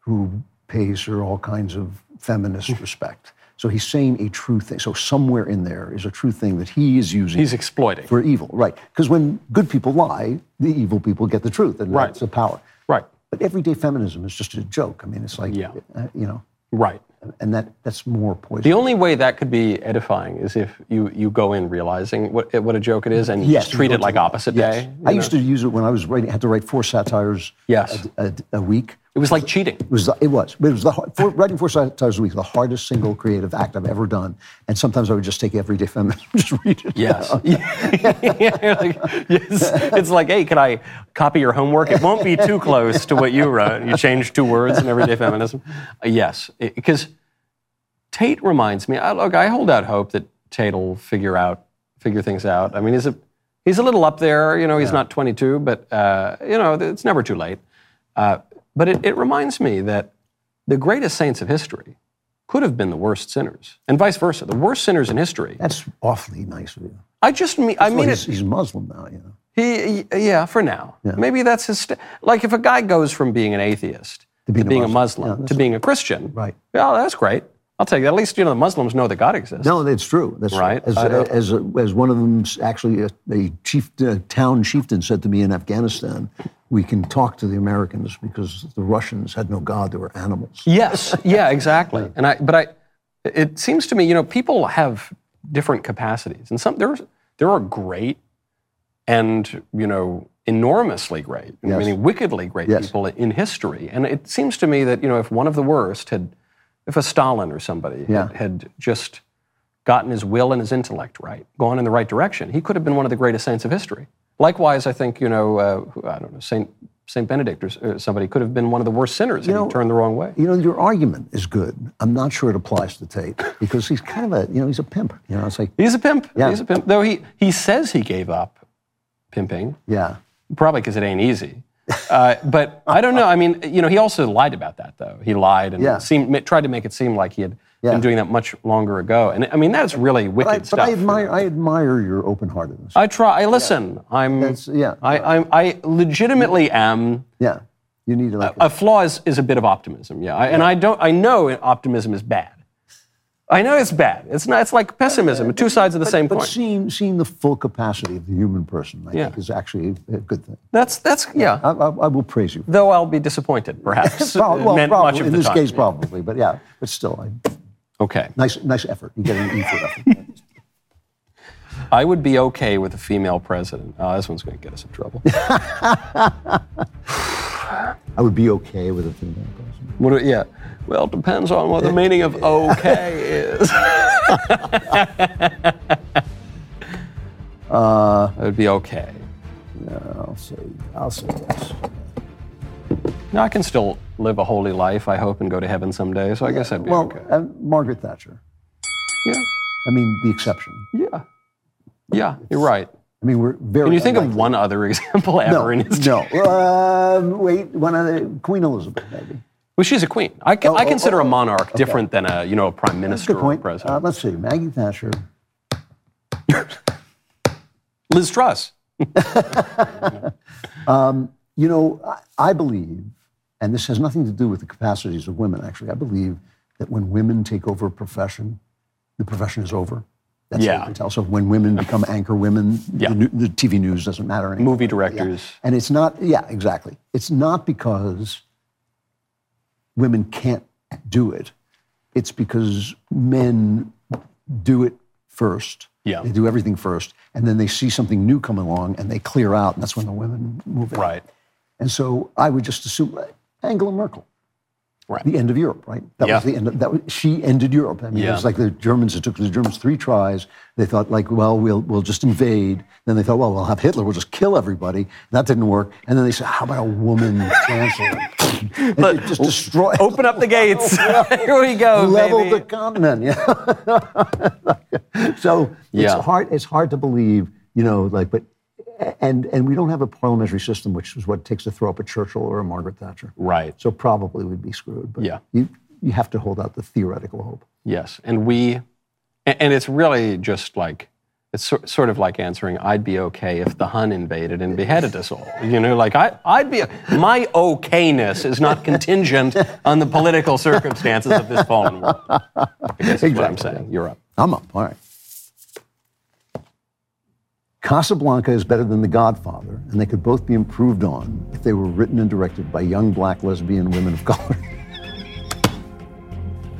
who pays her all kinds of feminist respect. So he's saying a true thing. So somewhere in there is a true thing that he is using
He's exploiting.
for evil, right? Because when good people lie, the evil people get the truth, and
Right.
that's the power.
Right.
But everyday feminism is just a joke. I mean, it's like,
Yeah.
uh, you know,
Right.
and that that's more poison.
The only way that could be edifying is if you, you go in realizing what what a joke it is and you
Yes,
just treat it like opposite
Yes.
day.
I used to use it when I was writing. Had to write four satires
Yes.
a, a, a week.
It was like cheating.
It was, the, it was. But it was the hard, for, writing four satires a week, the hardest single creative act I've ever done. And sometimes I would just take everyday feminism, just read it.
Yes. You're like, yes. It's like, hey, can I copy your homework? It won't be too close to what you wrote. You changed two words in everyday feminism. Uh, yes. Because Tate reminds me, I, look, I hold out hope that Tate will figure out, figure things out. I mean, he's a, he's a little up there. You know, he's not 22, but, uh, you know, it's never too late. Uh, but it, it reminds me that the greatest saints of history could have been the worst sinners, and vice versa. The worst sinners in history
That's awfully nice of you.
I just mean, I
Well,
mean
he's,
it.
he's Muslim now, you know.
He, yeah, for now. Maybe that's his. St- like if a guy goes from being an atheist to being,
being a
a Muslim,
Muslim. Yeah,
to being a Christian,
Right.
Yeah, that's great. I'll take that. At least you know the Muslims know that God exists.
No, that's true. That's
Right?
As,
I don't-
as, as one of them, actually, a, a chief a town chieftain said to me in Afghanistan, "We can talk to the Americans because the Russians had no god; they were animals."
Yes. Yeah. Exactly. And I, but I, it seems to me, you know, people have different capacities, and some there are- there are great, and you know, enormously great, I
Yes.
mean, wickedly great
Yes.
people in history. And it seems to me that you know, if one of the worst had, if a Stalin or somebody had-
Yeah.
had, just gotten his will and his intellect right, gone in the right direction, he could have been one of the greatest saints of history. Likewise, I think you know, uh, who- I don't know, Saint. Saint Benedict or s- or somebody could have been one of the worst sinners if he
know,
turned the wrong way.
You know, your argument is good. I'm not sure it applies to Tate because he's kind of a, you know, he's a pimp. You know, it's like,
He's a pimp.
Yeah.
He's a pimp. Though he, he says he gave up pimping,
yeah,
probably because it ain't easy. Uh, but I don't know. I mean, you know, he also lied about that, though. He lied and
Yeah.
seemed, ma- tried to make it seem like he had
Yeah.
been doing that much longer ago. And I mean, that's really wicked
but, I, but
stuff. Uh,
I admire, I admire your open-heartedness.
I try. I listen. I'm.
That's- yeah.
I, I'm, I legitimately am.
yeah, you need like,
A flaw is, is a bit of optimism. Yeah, I, and I don't. I know optimism is bad. I know it's bad. It's not. It's like pessimism. Two sides of the same
Uh, but
coin.
seeing seeing the full capacity of the human person, I think, is actually a good thing.
That's that's yeah.
I, I, I will praise you.
Though I'll be disappointed, perhaps.
Prob- well,
Meant
probably,
much of
in
the
this
time.
case, probably, but yeah, but still, I,
Okay.
nice, nice effort. You get an E for effort.
I would be okay with a female president. Oh, this one's going to get us in trouble.
I would be okay with a female person.
what do, yeah. Well, it depends on what the meaning of okay is. uh,
Uh,
I would be okay.
I'll say, I'll say yes.
Now, I can still live a holy life, I hope, and go to heaven someday, so I guess I'd be
Well,
okay.
uh, Margaret Thatcher.
Yeah.
I mean, the exception.
Yeah. Yeah, you're right.
I mean, we're very.
Can you think of
unlikely-
one other example ever in history?
No, no. Um, wait, one other Queen Elizabeth, maybe.
Well, she's a queen. I, con-
Oh,
I
oh,
consider
oh,
a monarch different than a you know a prime minister
Good point.
or a president.
Uh, let's see, Maggie Thatcher. Uh,
Liz Truss.
You know, I- I believe, and this has nothing to do with the capacities of women, actually, I believe that when women take over a profession, the profession is over. That's what
Yeah.
you can tell. So when women become anchor women,
Yeah.
the, new, the TV news doesn't matter anymore.
Movie directors.
And it's not, yeah, exactly. It's not because women can't do it, it's because men do it first.
Yeah.
They do everything first, and then they see something new come along and they clear out, and that's when the women move in.
Right.
And so I would just assume uh, Angela Merkel,
Right.
the end of Europe, right? That was
Yeah.
the end. Of, that was, she ended Europe. I mean, it
Yeah.
was like the Germans. It took the Germans three tries. They thought like, well, we'll we'll just invade. Then they thought, well, we'll have Hitler. We'll just kill everybody. That didn't work. And then they said, how about a woman chancellor? And it just destroyed.
Open up the gates. Here we go,
Level
baby.
Oh, the continent, yeah. so
Yeah.
it's hard. It's hard to believe, you know, like, but and and we don't have a parliamentary system, which is what it takes to throw up a Churchill or a Margaret Thatcher.
right.
So probably we'd be screwed. But
Yeah.
you, you have to hold out the theoretical hope.
Yes, and we, a- and it's really just like it's sor- sort of like answering, "I'd be okay if the Hun invaded and beheaded us all." You know, like I, I'd be. My okayness is not contingent on the political circumstances of this fallen world. I guess is what I'm
Exactly.
saying. You're up.
I'm up. All right. Casablanca is better than The Godfather, and they could both be improved on if they were written and directed by young black lesbian women of color.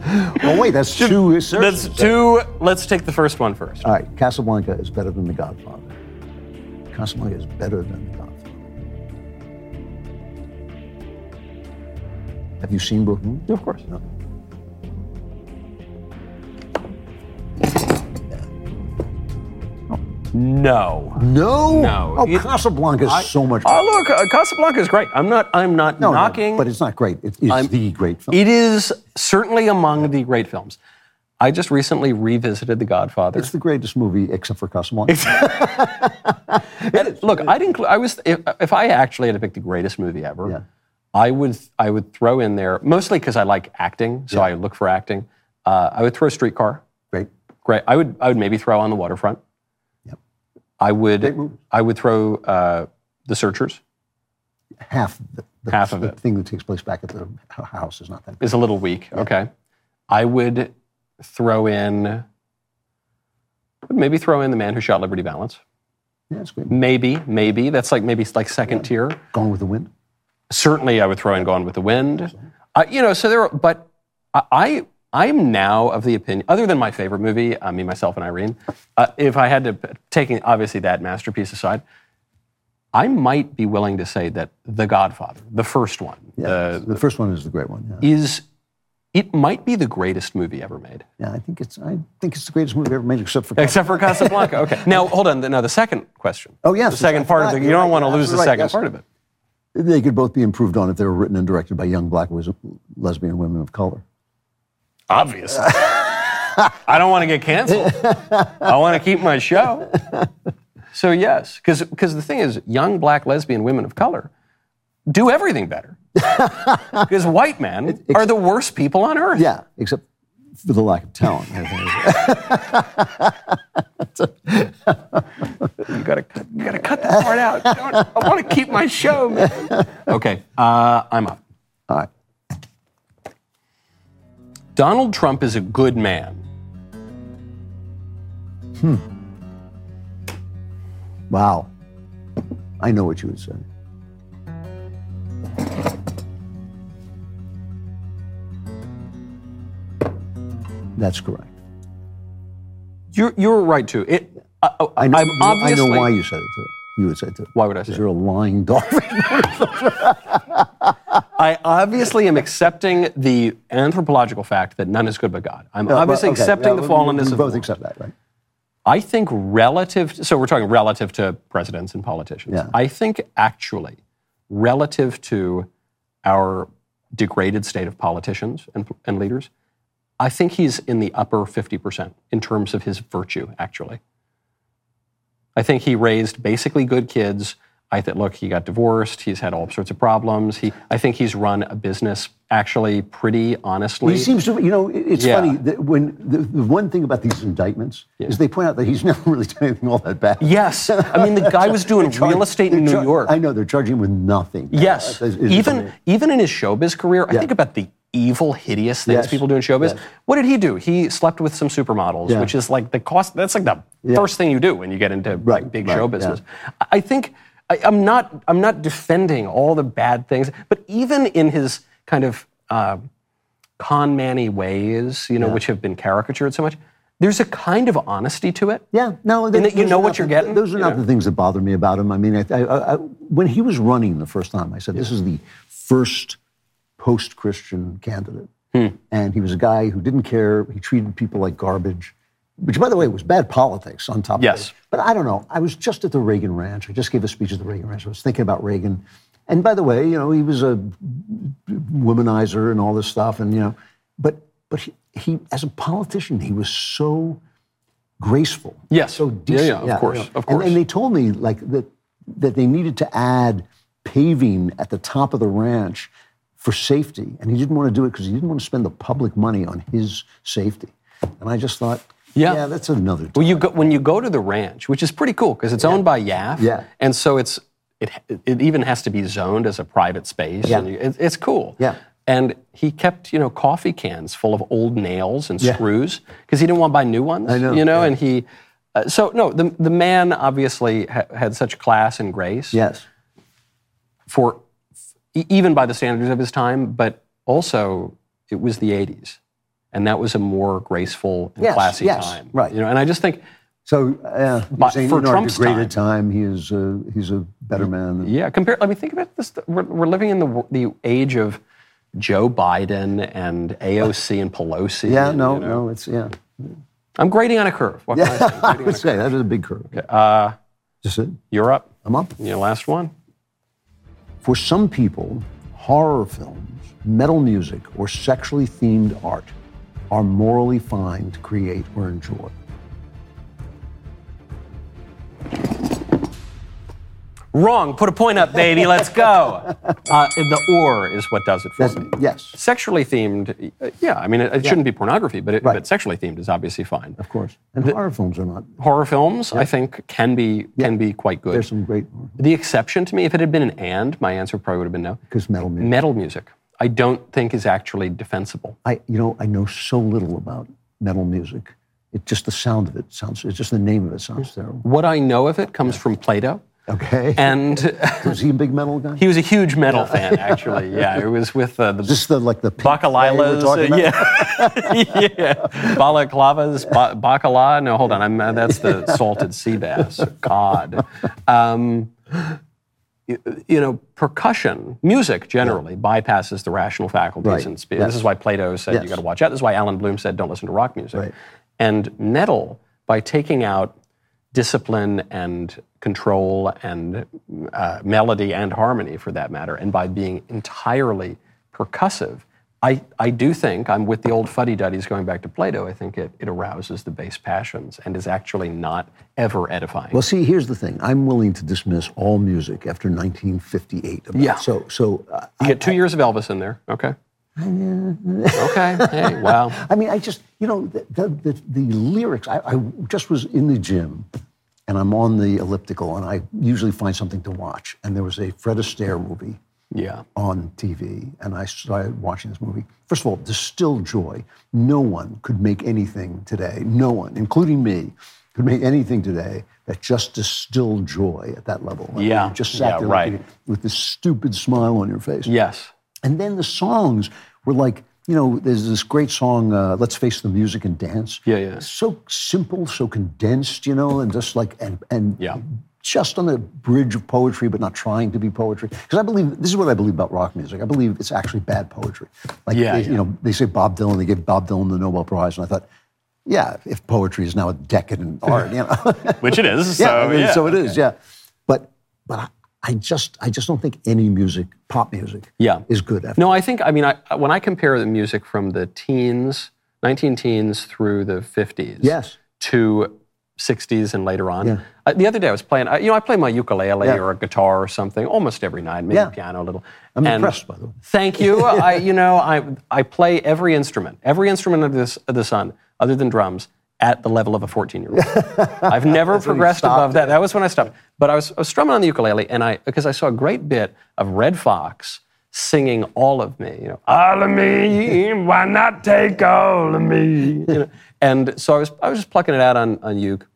oh wait, that's two assertions.
That's two. Let's take the first one first.
All right, Casablanca is better than The Godfather. Casablanca is better than The Godfather. Have you seen both movies?
Of course.
No.
No.
No,
No,
Oh,
it-
Casablanca is so much.
Oh look, uh, Casablanca is great. I'm not. I'm not
No, no,
knocking.
but it's not great. It is the great film.
It is certainly among the great films. I just recently revisited The Godfather.
it's the greatest movie except for Casablanca.
And look, I'd include. I was if, if I actually had to pick the greatest movie ever,
Yeah.
I would I would throw in there mostly because I like acting, so I look for acting. Uh, I would throw Streetcar.
great.
Great. I would I would maybe throw On the Waterfront.
Yep.
I would
Great movie.
I would throw uh, The Searchers.
Half the, the,
Half of
the
it.
thing that takes place back at the h- house is not that.
is a little weak. Okay. I would throw in would maybe throw in the man who shot Liberty Balance.
Yeah, it's great.
Maybe, maybe. That's like maybe like second tier.
Gone with the Wind.
Certainly I would throw in Gone with the Wind. Uh, you know, so there are, but I- I I'm now of the opinion, other than my favorite movie, uh, me, myself, and Irene, uh, if I had to, p- taking obviously that masterpiece aside, I might be willing to say that The Godfather, the first one,
Yeah,
uh,
the first one is the great one. Yeah.
is, it might be the greatest movie ever made.
yeah, I think it's I think it's the greatest movie ever made except for.
Except for Casablanca. Okay. Now, hold on. Now, the second question.
Oh, yes,
The second
I
part of the.
forgot.
You
You're
don't
right.
want to
You're
lose the
absolutely right. Yes.
second part of it.
They could both be improved on if they were written and directed by young black wis- lesbian women of color.
Obviously. I don't want to get canceled. I want to keep my show. So yes, because the thing is, young black lesbian women of color do everything better. Because white men are the worst people on earth.
Yeah, except for the lack of talent.
You gotta, cut- you gotta cut that part out. Don't- I want to keep my show, man. Okay, uh, I'm up.
All right.
Donald Trump is a good man.
Wow. I know what you would say. That's correct.
You're, you're right too. It, I, I,
I know,
I'm
you- I
obviously,
know why you said it too. You would say it too.
Why would I say
Because
it?
you're a lying dolphin.
I obviously am accepting the anthropological fact that none is good but God. I'm obviously
Okay,
accepting
yeah,
the
we- we-
fallenness
we both
of the world.
accept that, right?
I think relative. So we're talking relative to presidents and politicians.
Yeah.
I think actually, relative to our degraded state of politicians and, and leaders, I think he's in the upper fifty percent in terms of his virtue. Actually, I think he raised basically good kids. I think look, he got divorced. He's had all sorts of problems. He, I think he's run a business actually pretty honestly.
He seems to, you know, it- it's
Yeah.
funny that when the, the one thing about these indictments is they point out that he's never really done anything all that bad.
yes. I mean, the guy was doing
They're
real
charging-
estate in
they're
New
char-
York.
I know they're charging him with nothing.
Yes.
That's- it's
even
amazing.
even in his showbiz career, I think about the evil, hideous things
Yes.
people do in showbiz.
Yes.
What did he do? He slept with some supermodels,
Yeah.
which is like the cost. That's like the first thing you do when you get into like,
Right,
big
right,
show
yeah.
business. I- I think I, I'm not I'm not defending all the bad things, but even in his kind of uh, con manny ways, you know, which have been caricatured so much, there's a kind of honesty to it.
Yeah, no. th-
that you
those
know
are
what
not
you're
the-
getting,
Those are
you
not
know?
the things that bother me about him. I mean, I, I, I, I- when he was running the first time, I said, "This is the first post-Christian candidate,"
Hmm.
and he was a guy who didn't care. He treated people like garbage, which, by the way, was bad politics on top.
Yes.
of it. But I don't know. I was just at the Reagan Ranch. I just gave a speech at the Reagan Ranch. I was thinking about Reagan, and by the way, you know, he was a womanizer and all this stuff, and you know, but but he, he as a politician, he was so graceful.
Yes.
So
Yeah, yeah,
decent.
of course, of
And-
course.
And, they told me like that that they needed to add paving at the top of the ranch for safety, and he didn't want to do it because he didn't want to spend the public money on his safety. And I just thought,
Yeah.
that's another.
Well, you go, when you go to the ranch, which is pretty cool because it's owned by YAF,
Yeah.
and so it's it, it even has to be zoned as a private space.
Yeah.
and you- it- it's cool.
Yeah.
And he kept, you know, coffee cans full of old nails and screws because he didn't want to buy new ones. I
know,
You know, and he. Uh, so no, the the man obviously ha- had such class and grace
Yes.
for e- even by the standards of his time, but also it was the '80s, and that was a more graceful and
Yes,
classy
yes,
time.
right.
You know, and I just think.
So, uh, you're
But
saying
for
in our
Trump's
degraded time, he is uh, he's a better man. than-
Yeah, compare. I mean, think about this. We're, we're living in the w- the age of Joe Biden and AOC and Pelosi.
Yeah,
and,
no,
you know.
no, it's yeah.
I'm grading on a curve. What can I say?
I would say that is a big curve.
Uh,
Just it.
you're up.
I'm up.
Your last one.
For some people, horror films, metal music, or sexually themed art are morally fine to create or enjoy.
Wrong. Put a point up, baby. Let's go. Uh, the or is what does it for
That's,
me.
yes,
Sexually themed. uh, Yeah, I mean, it, it shouldn't be pornography, but it,
Right.
but sexually themed is obviously fine.
of course. And horror films are not.
Horror films, I think, can be can be quite good.
There's some great
the exception to me, if it had been an and, my answer probably would have been no.
because metal music.
metal music i don't think is actually defensible
I, you know, I know so little about metal music. It just the sound of it sounds. It's just the name of it sounds terrible.
what i know of it comes from plato
Okay.
and
was he a big metal guy?
he was a huge metal fan actually yeah it was with uh, the
just the like the Pink Floyd we're
Baccalalas,
talking
uh,
about?
yeah, yeah, balaclavas, ba- bacala. No, hold on, I'm, uh, that's the salted sea bass. God, um, you, you know, percussion, music generally bypasses the rational faculties
Right,
and speech.
yes.
This is why Plato said you
Yes.
got to watch out. This is why Alan Bloom said don't listen to rock music.
Right.
And metal, by taking out discipline and control and uh, melody and harmony for that matter, and by being entirely percussive, I, I do think I'm with the old fuddy duddies going back to Plato. I think it, it arouses the base passions and is actually not ever edifying.
Well, see, here's the thing. I'm willing to dismiss all music after 1958. About.
Yeah.
So, so uh,
you get two years of Elvis in there. Okay. okay. Hey, wow.
I mean, I just, you know, the, the, the, the lyrics, I, I just was in the gym and I'm on the elliptical and I usually find something to watch. And there was a Fred Astaire movie
Yeah.
on TV and I started watching this movie. First of all, distilled joy. No one could make anything today, no one, including me, could make anything today that just distilled joy at that level. I mean,
Yeah.
you just sat
Yeah,
there
right.
looking- with this stupid smile on your face.
Yes.
And then the songs were like, you know, there's this great song, uh, Let's Face the Music and Dance.
Yeah, yeah.
So simple, so condensed, you know, and just like, and, and
Yeah.
just on the bridge of poetry, but not trying to be poetry. Because I believe, this is what I believe about rock music. I believe it's actually bad poetry. Like,
Yeah,
they,
yeah.
you know, they say Bob Dylan, they gave Bob Dylan the Nobel Prize. And I thought, yeah, if poetry is now a decadent art, you know.
Which it is.
Yeah, I mean, so it is. Yeah, but but I, I just I just don't think any music, pop music,
Yeah.
is good. After.
No, I think I mean I, when I compare the music from the teens, 19 teens through the 50s
Yes.
to 60s and later on.
Yeah.
Uh, the other day I was playing, I- you know, I play my ukulele
Yeah.
or a guitar or something almost every night, maybe
Yeah.
piano a little.
I'm
And
impressed, by the way.
Thank you. I, you know, I, I play every instrument, every instrument under this, of the sun, other than drums, at the level of a 14 year old. I've never progressed above that. That was when I stopped. But I was, I was strumming on the ukulele, and I because I saw a great bit of Red Fox singing all of me. You know, all of me. Why not take all of me? You know, and so I was, I was just plucking it out on on uke.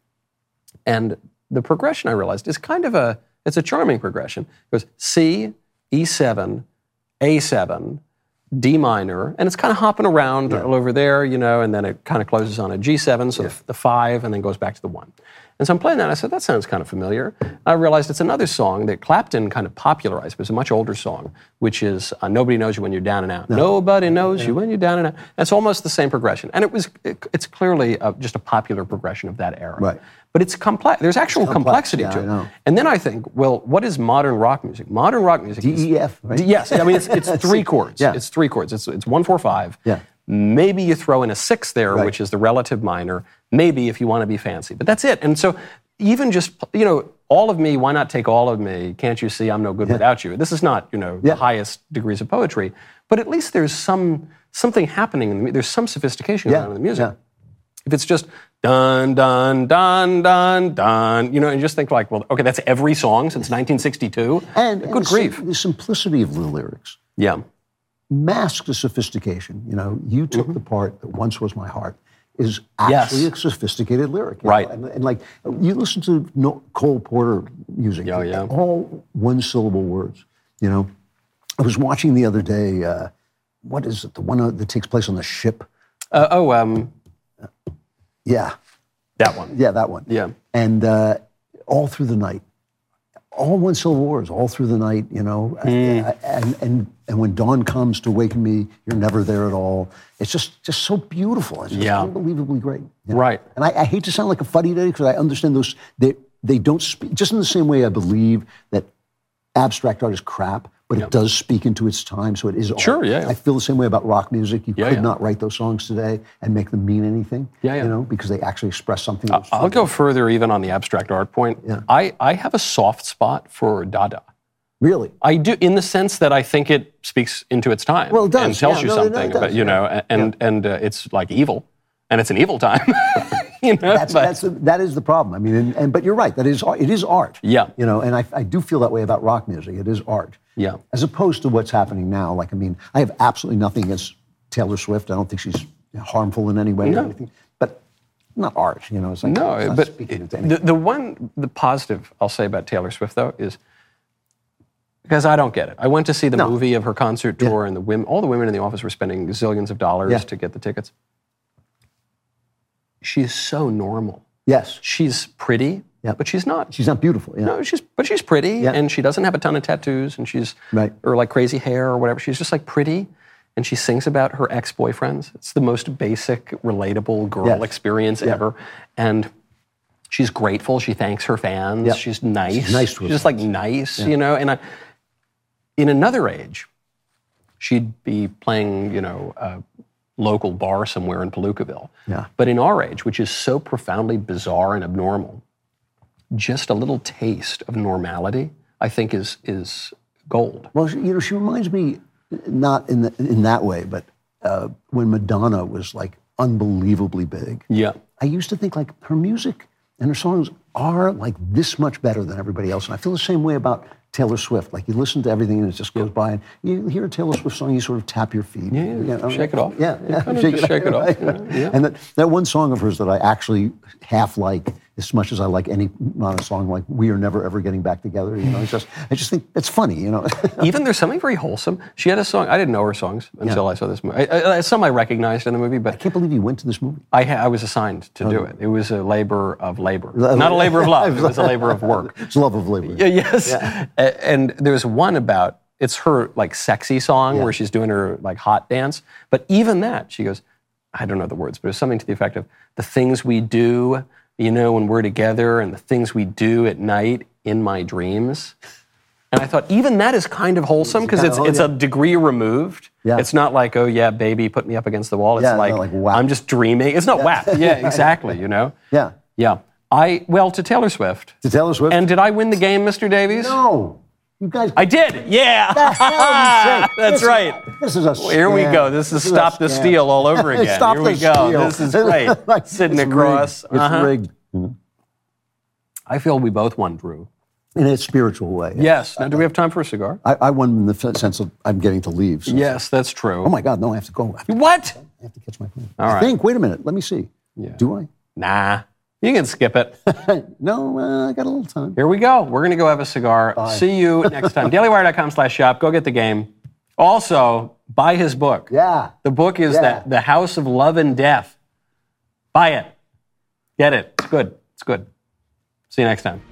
And the progression I realized is kind of a it's a charming progression. It goes C, E E7, A7, D minor, and it's kind of hopping around all over there, you know, and then it kind of closes on a G7, so the the, the five, and then goes back to the one. And so I'm playing that, and I said, that sounds kind of familiar. I realized it's another song that Clapton kind of popularized, but it's a much older song, which is uh, Nobody Knows You When You're Down and Out. Nobody knows you when you're down and out. That's almost the same progression. And it was, it- it's clearly uh just a popular progression of that era
Right.
but it's complex. There's actual complexity
yeah,
to
I
it.
know.
And then I think, well, what is modern rock music? Modern rock music. is-
DEF, E right?
D- yes, I mean it's, it's three chords.
Yeah.
It's three chords. It's it's one four five.
Yeah.
Maybe you throw in a six there,
Right.
which is the relative minor. Maybe if you want to be fancy, but that's it. And so even just you know. All of me, why not take all of me? Can't you see I'm no good without you? This is not, you know,
Yeah.
the highest degrees of poetry, but at least there's some something happening in the mu- there's some sophistication going
Yeah,
on in the music.
yeah.
If it's just dun dun dun dun dun, you know, and you just think like, well, okay, that's every song since 1962.
And,
good
and the sim-
grief.
the simplicity of the lyrics
yeah,
masks the sophistication. You know, you took the part that once was my heart is actually
Mm-hmm. Yes.
a sophisticated lyric. you
Right.
know, And, and like you listen to no, Cole Porter music,
Yeah, Oh, yeah.
all one syllable words. You know, I was watching the other day. Uh, what is it? The one that takes place on the ship.
Uh, oh, um,
Yeah,
that one.
yeah, that one.
Yeah.
and uh, all through the night, all one syllable words, all through the night, you know.
Mm.
And, and and when dawn comes to waken me, you're never there at all. It's just just so beautiful. It's just
Yeah.
unbelievably great. Yeah.
Right.
And I, I hate to sound like a fuddy duddy because I understand those they they don't speak just in the same way I believe that abstract art is crap, but it does speak into its time, so it is art.
Sure, yeah, yeah.
I feel the same way about rock music. You could
yeah.
not write those songs today and make them mean anything.
Yeah, Uh, yeah.
You know, because they actually express something. that's
I'll go further even on the abstract art point. I, I have a soft spot for Dada.
really.
I do, in the sense that I think it speaks into its time.
Well, it does,
And tells
yeah,
you
no, no, it
something,
does,
but, you know, a- and and uh, it's like evil, and it's an evil time. you know,
That's,
but-
that's the, that is the problem. I mean, and, and but you're right. That is ar- it is art.
Yeah.
You know, and I, I do feel that way about rock music. It is art.
Yeah.
As opposed to what's happening now. Like, I mean, I have absolutely nothing against Taylor Swift. I don't think she's harmful in any way or anything. But not art. You know, it's like
No,
it's not
but
speaking to anything.
the, the one, the positive I'll say about Taylor Swift though is because I don't get it. I went to see the movie of her concert tour, and the women, all the women in the office were spending zillions of dollars
Yeah.
to get the tickets. She's so normal.
yes,
She's pretty,
Yeah.
but she's not.
she's not beautiful. Yeah.
No, she's but she's pretty, and she doesn't have a ton of tattoos, and she's
Right.
or like crazy hair or whatever. She's just like pretty, and she sings about her ex-boyfriends. It's the most basic, relatable girl
Yes.
experience ever, and she's grateful. She thanks her fans. She's nice. She's
nice to her
just like nice, you know. And I, in another age, she'd be playing, you know, a local bar somewhere in Palookaville.
Yeah.
But in our age, which is so profoundly bizarre and abnormal, just a little taste of normality, I think, is is gold.
Well, she- you know, she reminds me not in the, in that way, but uh, when Madonna was like unbelievably big.
Yeah.
I used to think like her music and her songs are like this much better than everybody else. And I feel the same way about Taylor Swift. Like you listen to everything and it just goes by, and you hear a Taylor Swift song, you sort of tap your feet, yeah,
shake it off.
yeah,
You
yeah,
kinda just shake it off, you know, yeah.
And that, that one song of hers that I actually half like as much as I like any Madonna song, like "We Are Never Ever Getting Back Together." You know, it's just I just think it's funny, you know.
Even there's something very wholesome. She had a song. I didn't know her songs until I saw this movie. I, I, some I recognized in the movie, but
I can't believe you went to this movie.
I, ha- I was assigned to do it. It was a labor of labor,
Love-
not a labor of love. It was a labor of work.
It's love of labor.
Yeah, yes. A- And there's one about it's her like sexy song where she's doing her like hot dance. But even that, she goes, I don't know the words, but it's something to the effect of the things we do, you know, when we're together, and the things we do at night in my dreams. And I thought even that is kind of wholesome because it's
kinda-
it's a degree removed.
Yeah.
It's not like oh yeah baby put me up against the wall. It's
Yeah, no,
like,
like, whack.
I'm just dreaming. It's not whack. Yeah, exactly. You know.
yeah.
Yeah. I well to Taylor Swift.
To Taylor Swift?
And did I win the game, Mr. Davies?
no. You guys.
I did. Yeah.
The hell you say?
That's
This-
right.
This is a scam.
Here we go. This is
a
stop the
scam.
steal all over again.
stop
Here
the
we go.
steal.
This is great.
Like,
Sitting
it's rigged.
across.
It's
Uh-huh.
rigged.
I feel we both won, Drew.
In a spiritual way.
Yes. Now, do we have time for a cigar?
I, I won in the f- sense of I'm getting to leave. so-
Yes, that's true.
Oh my God, no, I have to go. I have to,
What?
I have to catch my plane.
All
I
right.
think, wait a minute, let me see.
Yeah.
Do I?
Nah. You can skip it.
no, uh, I got a little time.
Here we go. We're going to go have a cigar. See you next time. DailyWire.com slash shop. Go get the game. Also, buy his book.
Yeah.
The book is
Yeah.
that The House of Love and Death. Buy it. Get it. It's good. It's good. See you next time.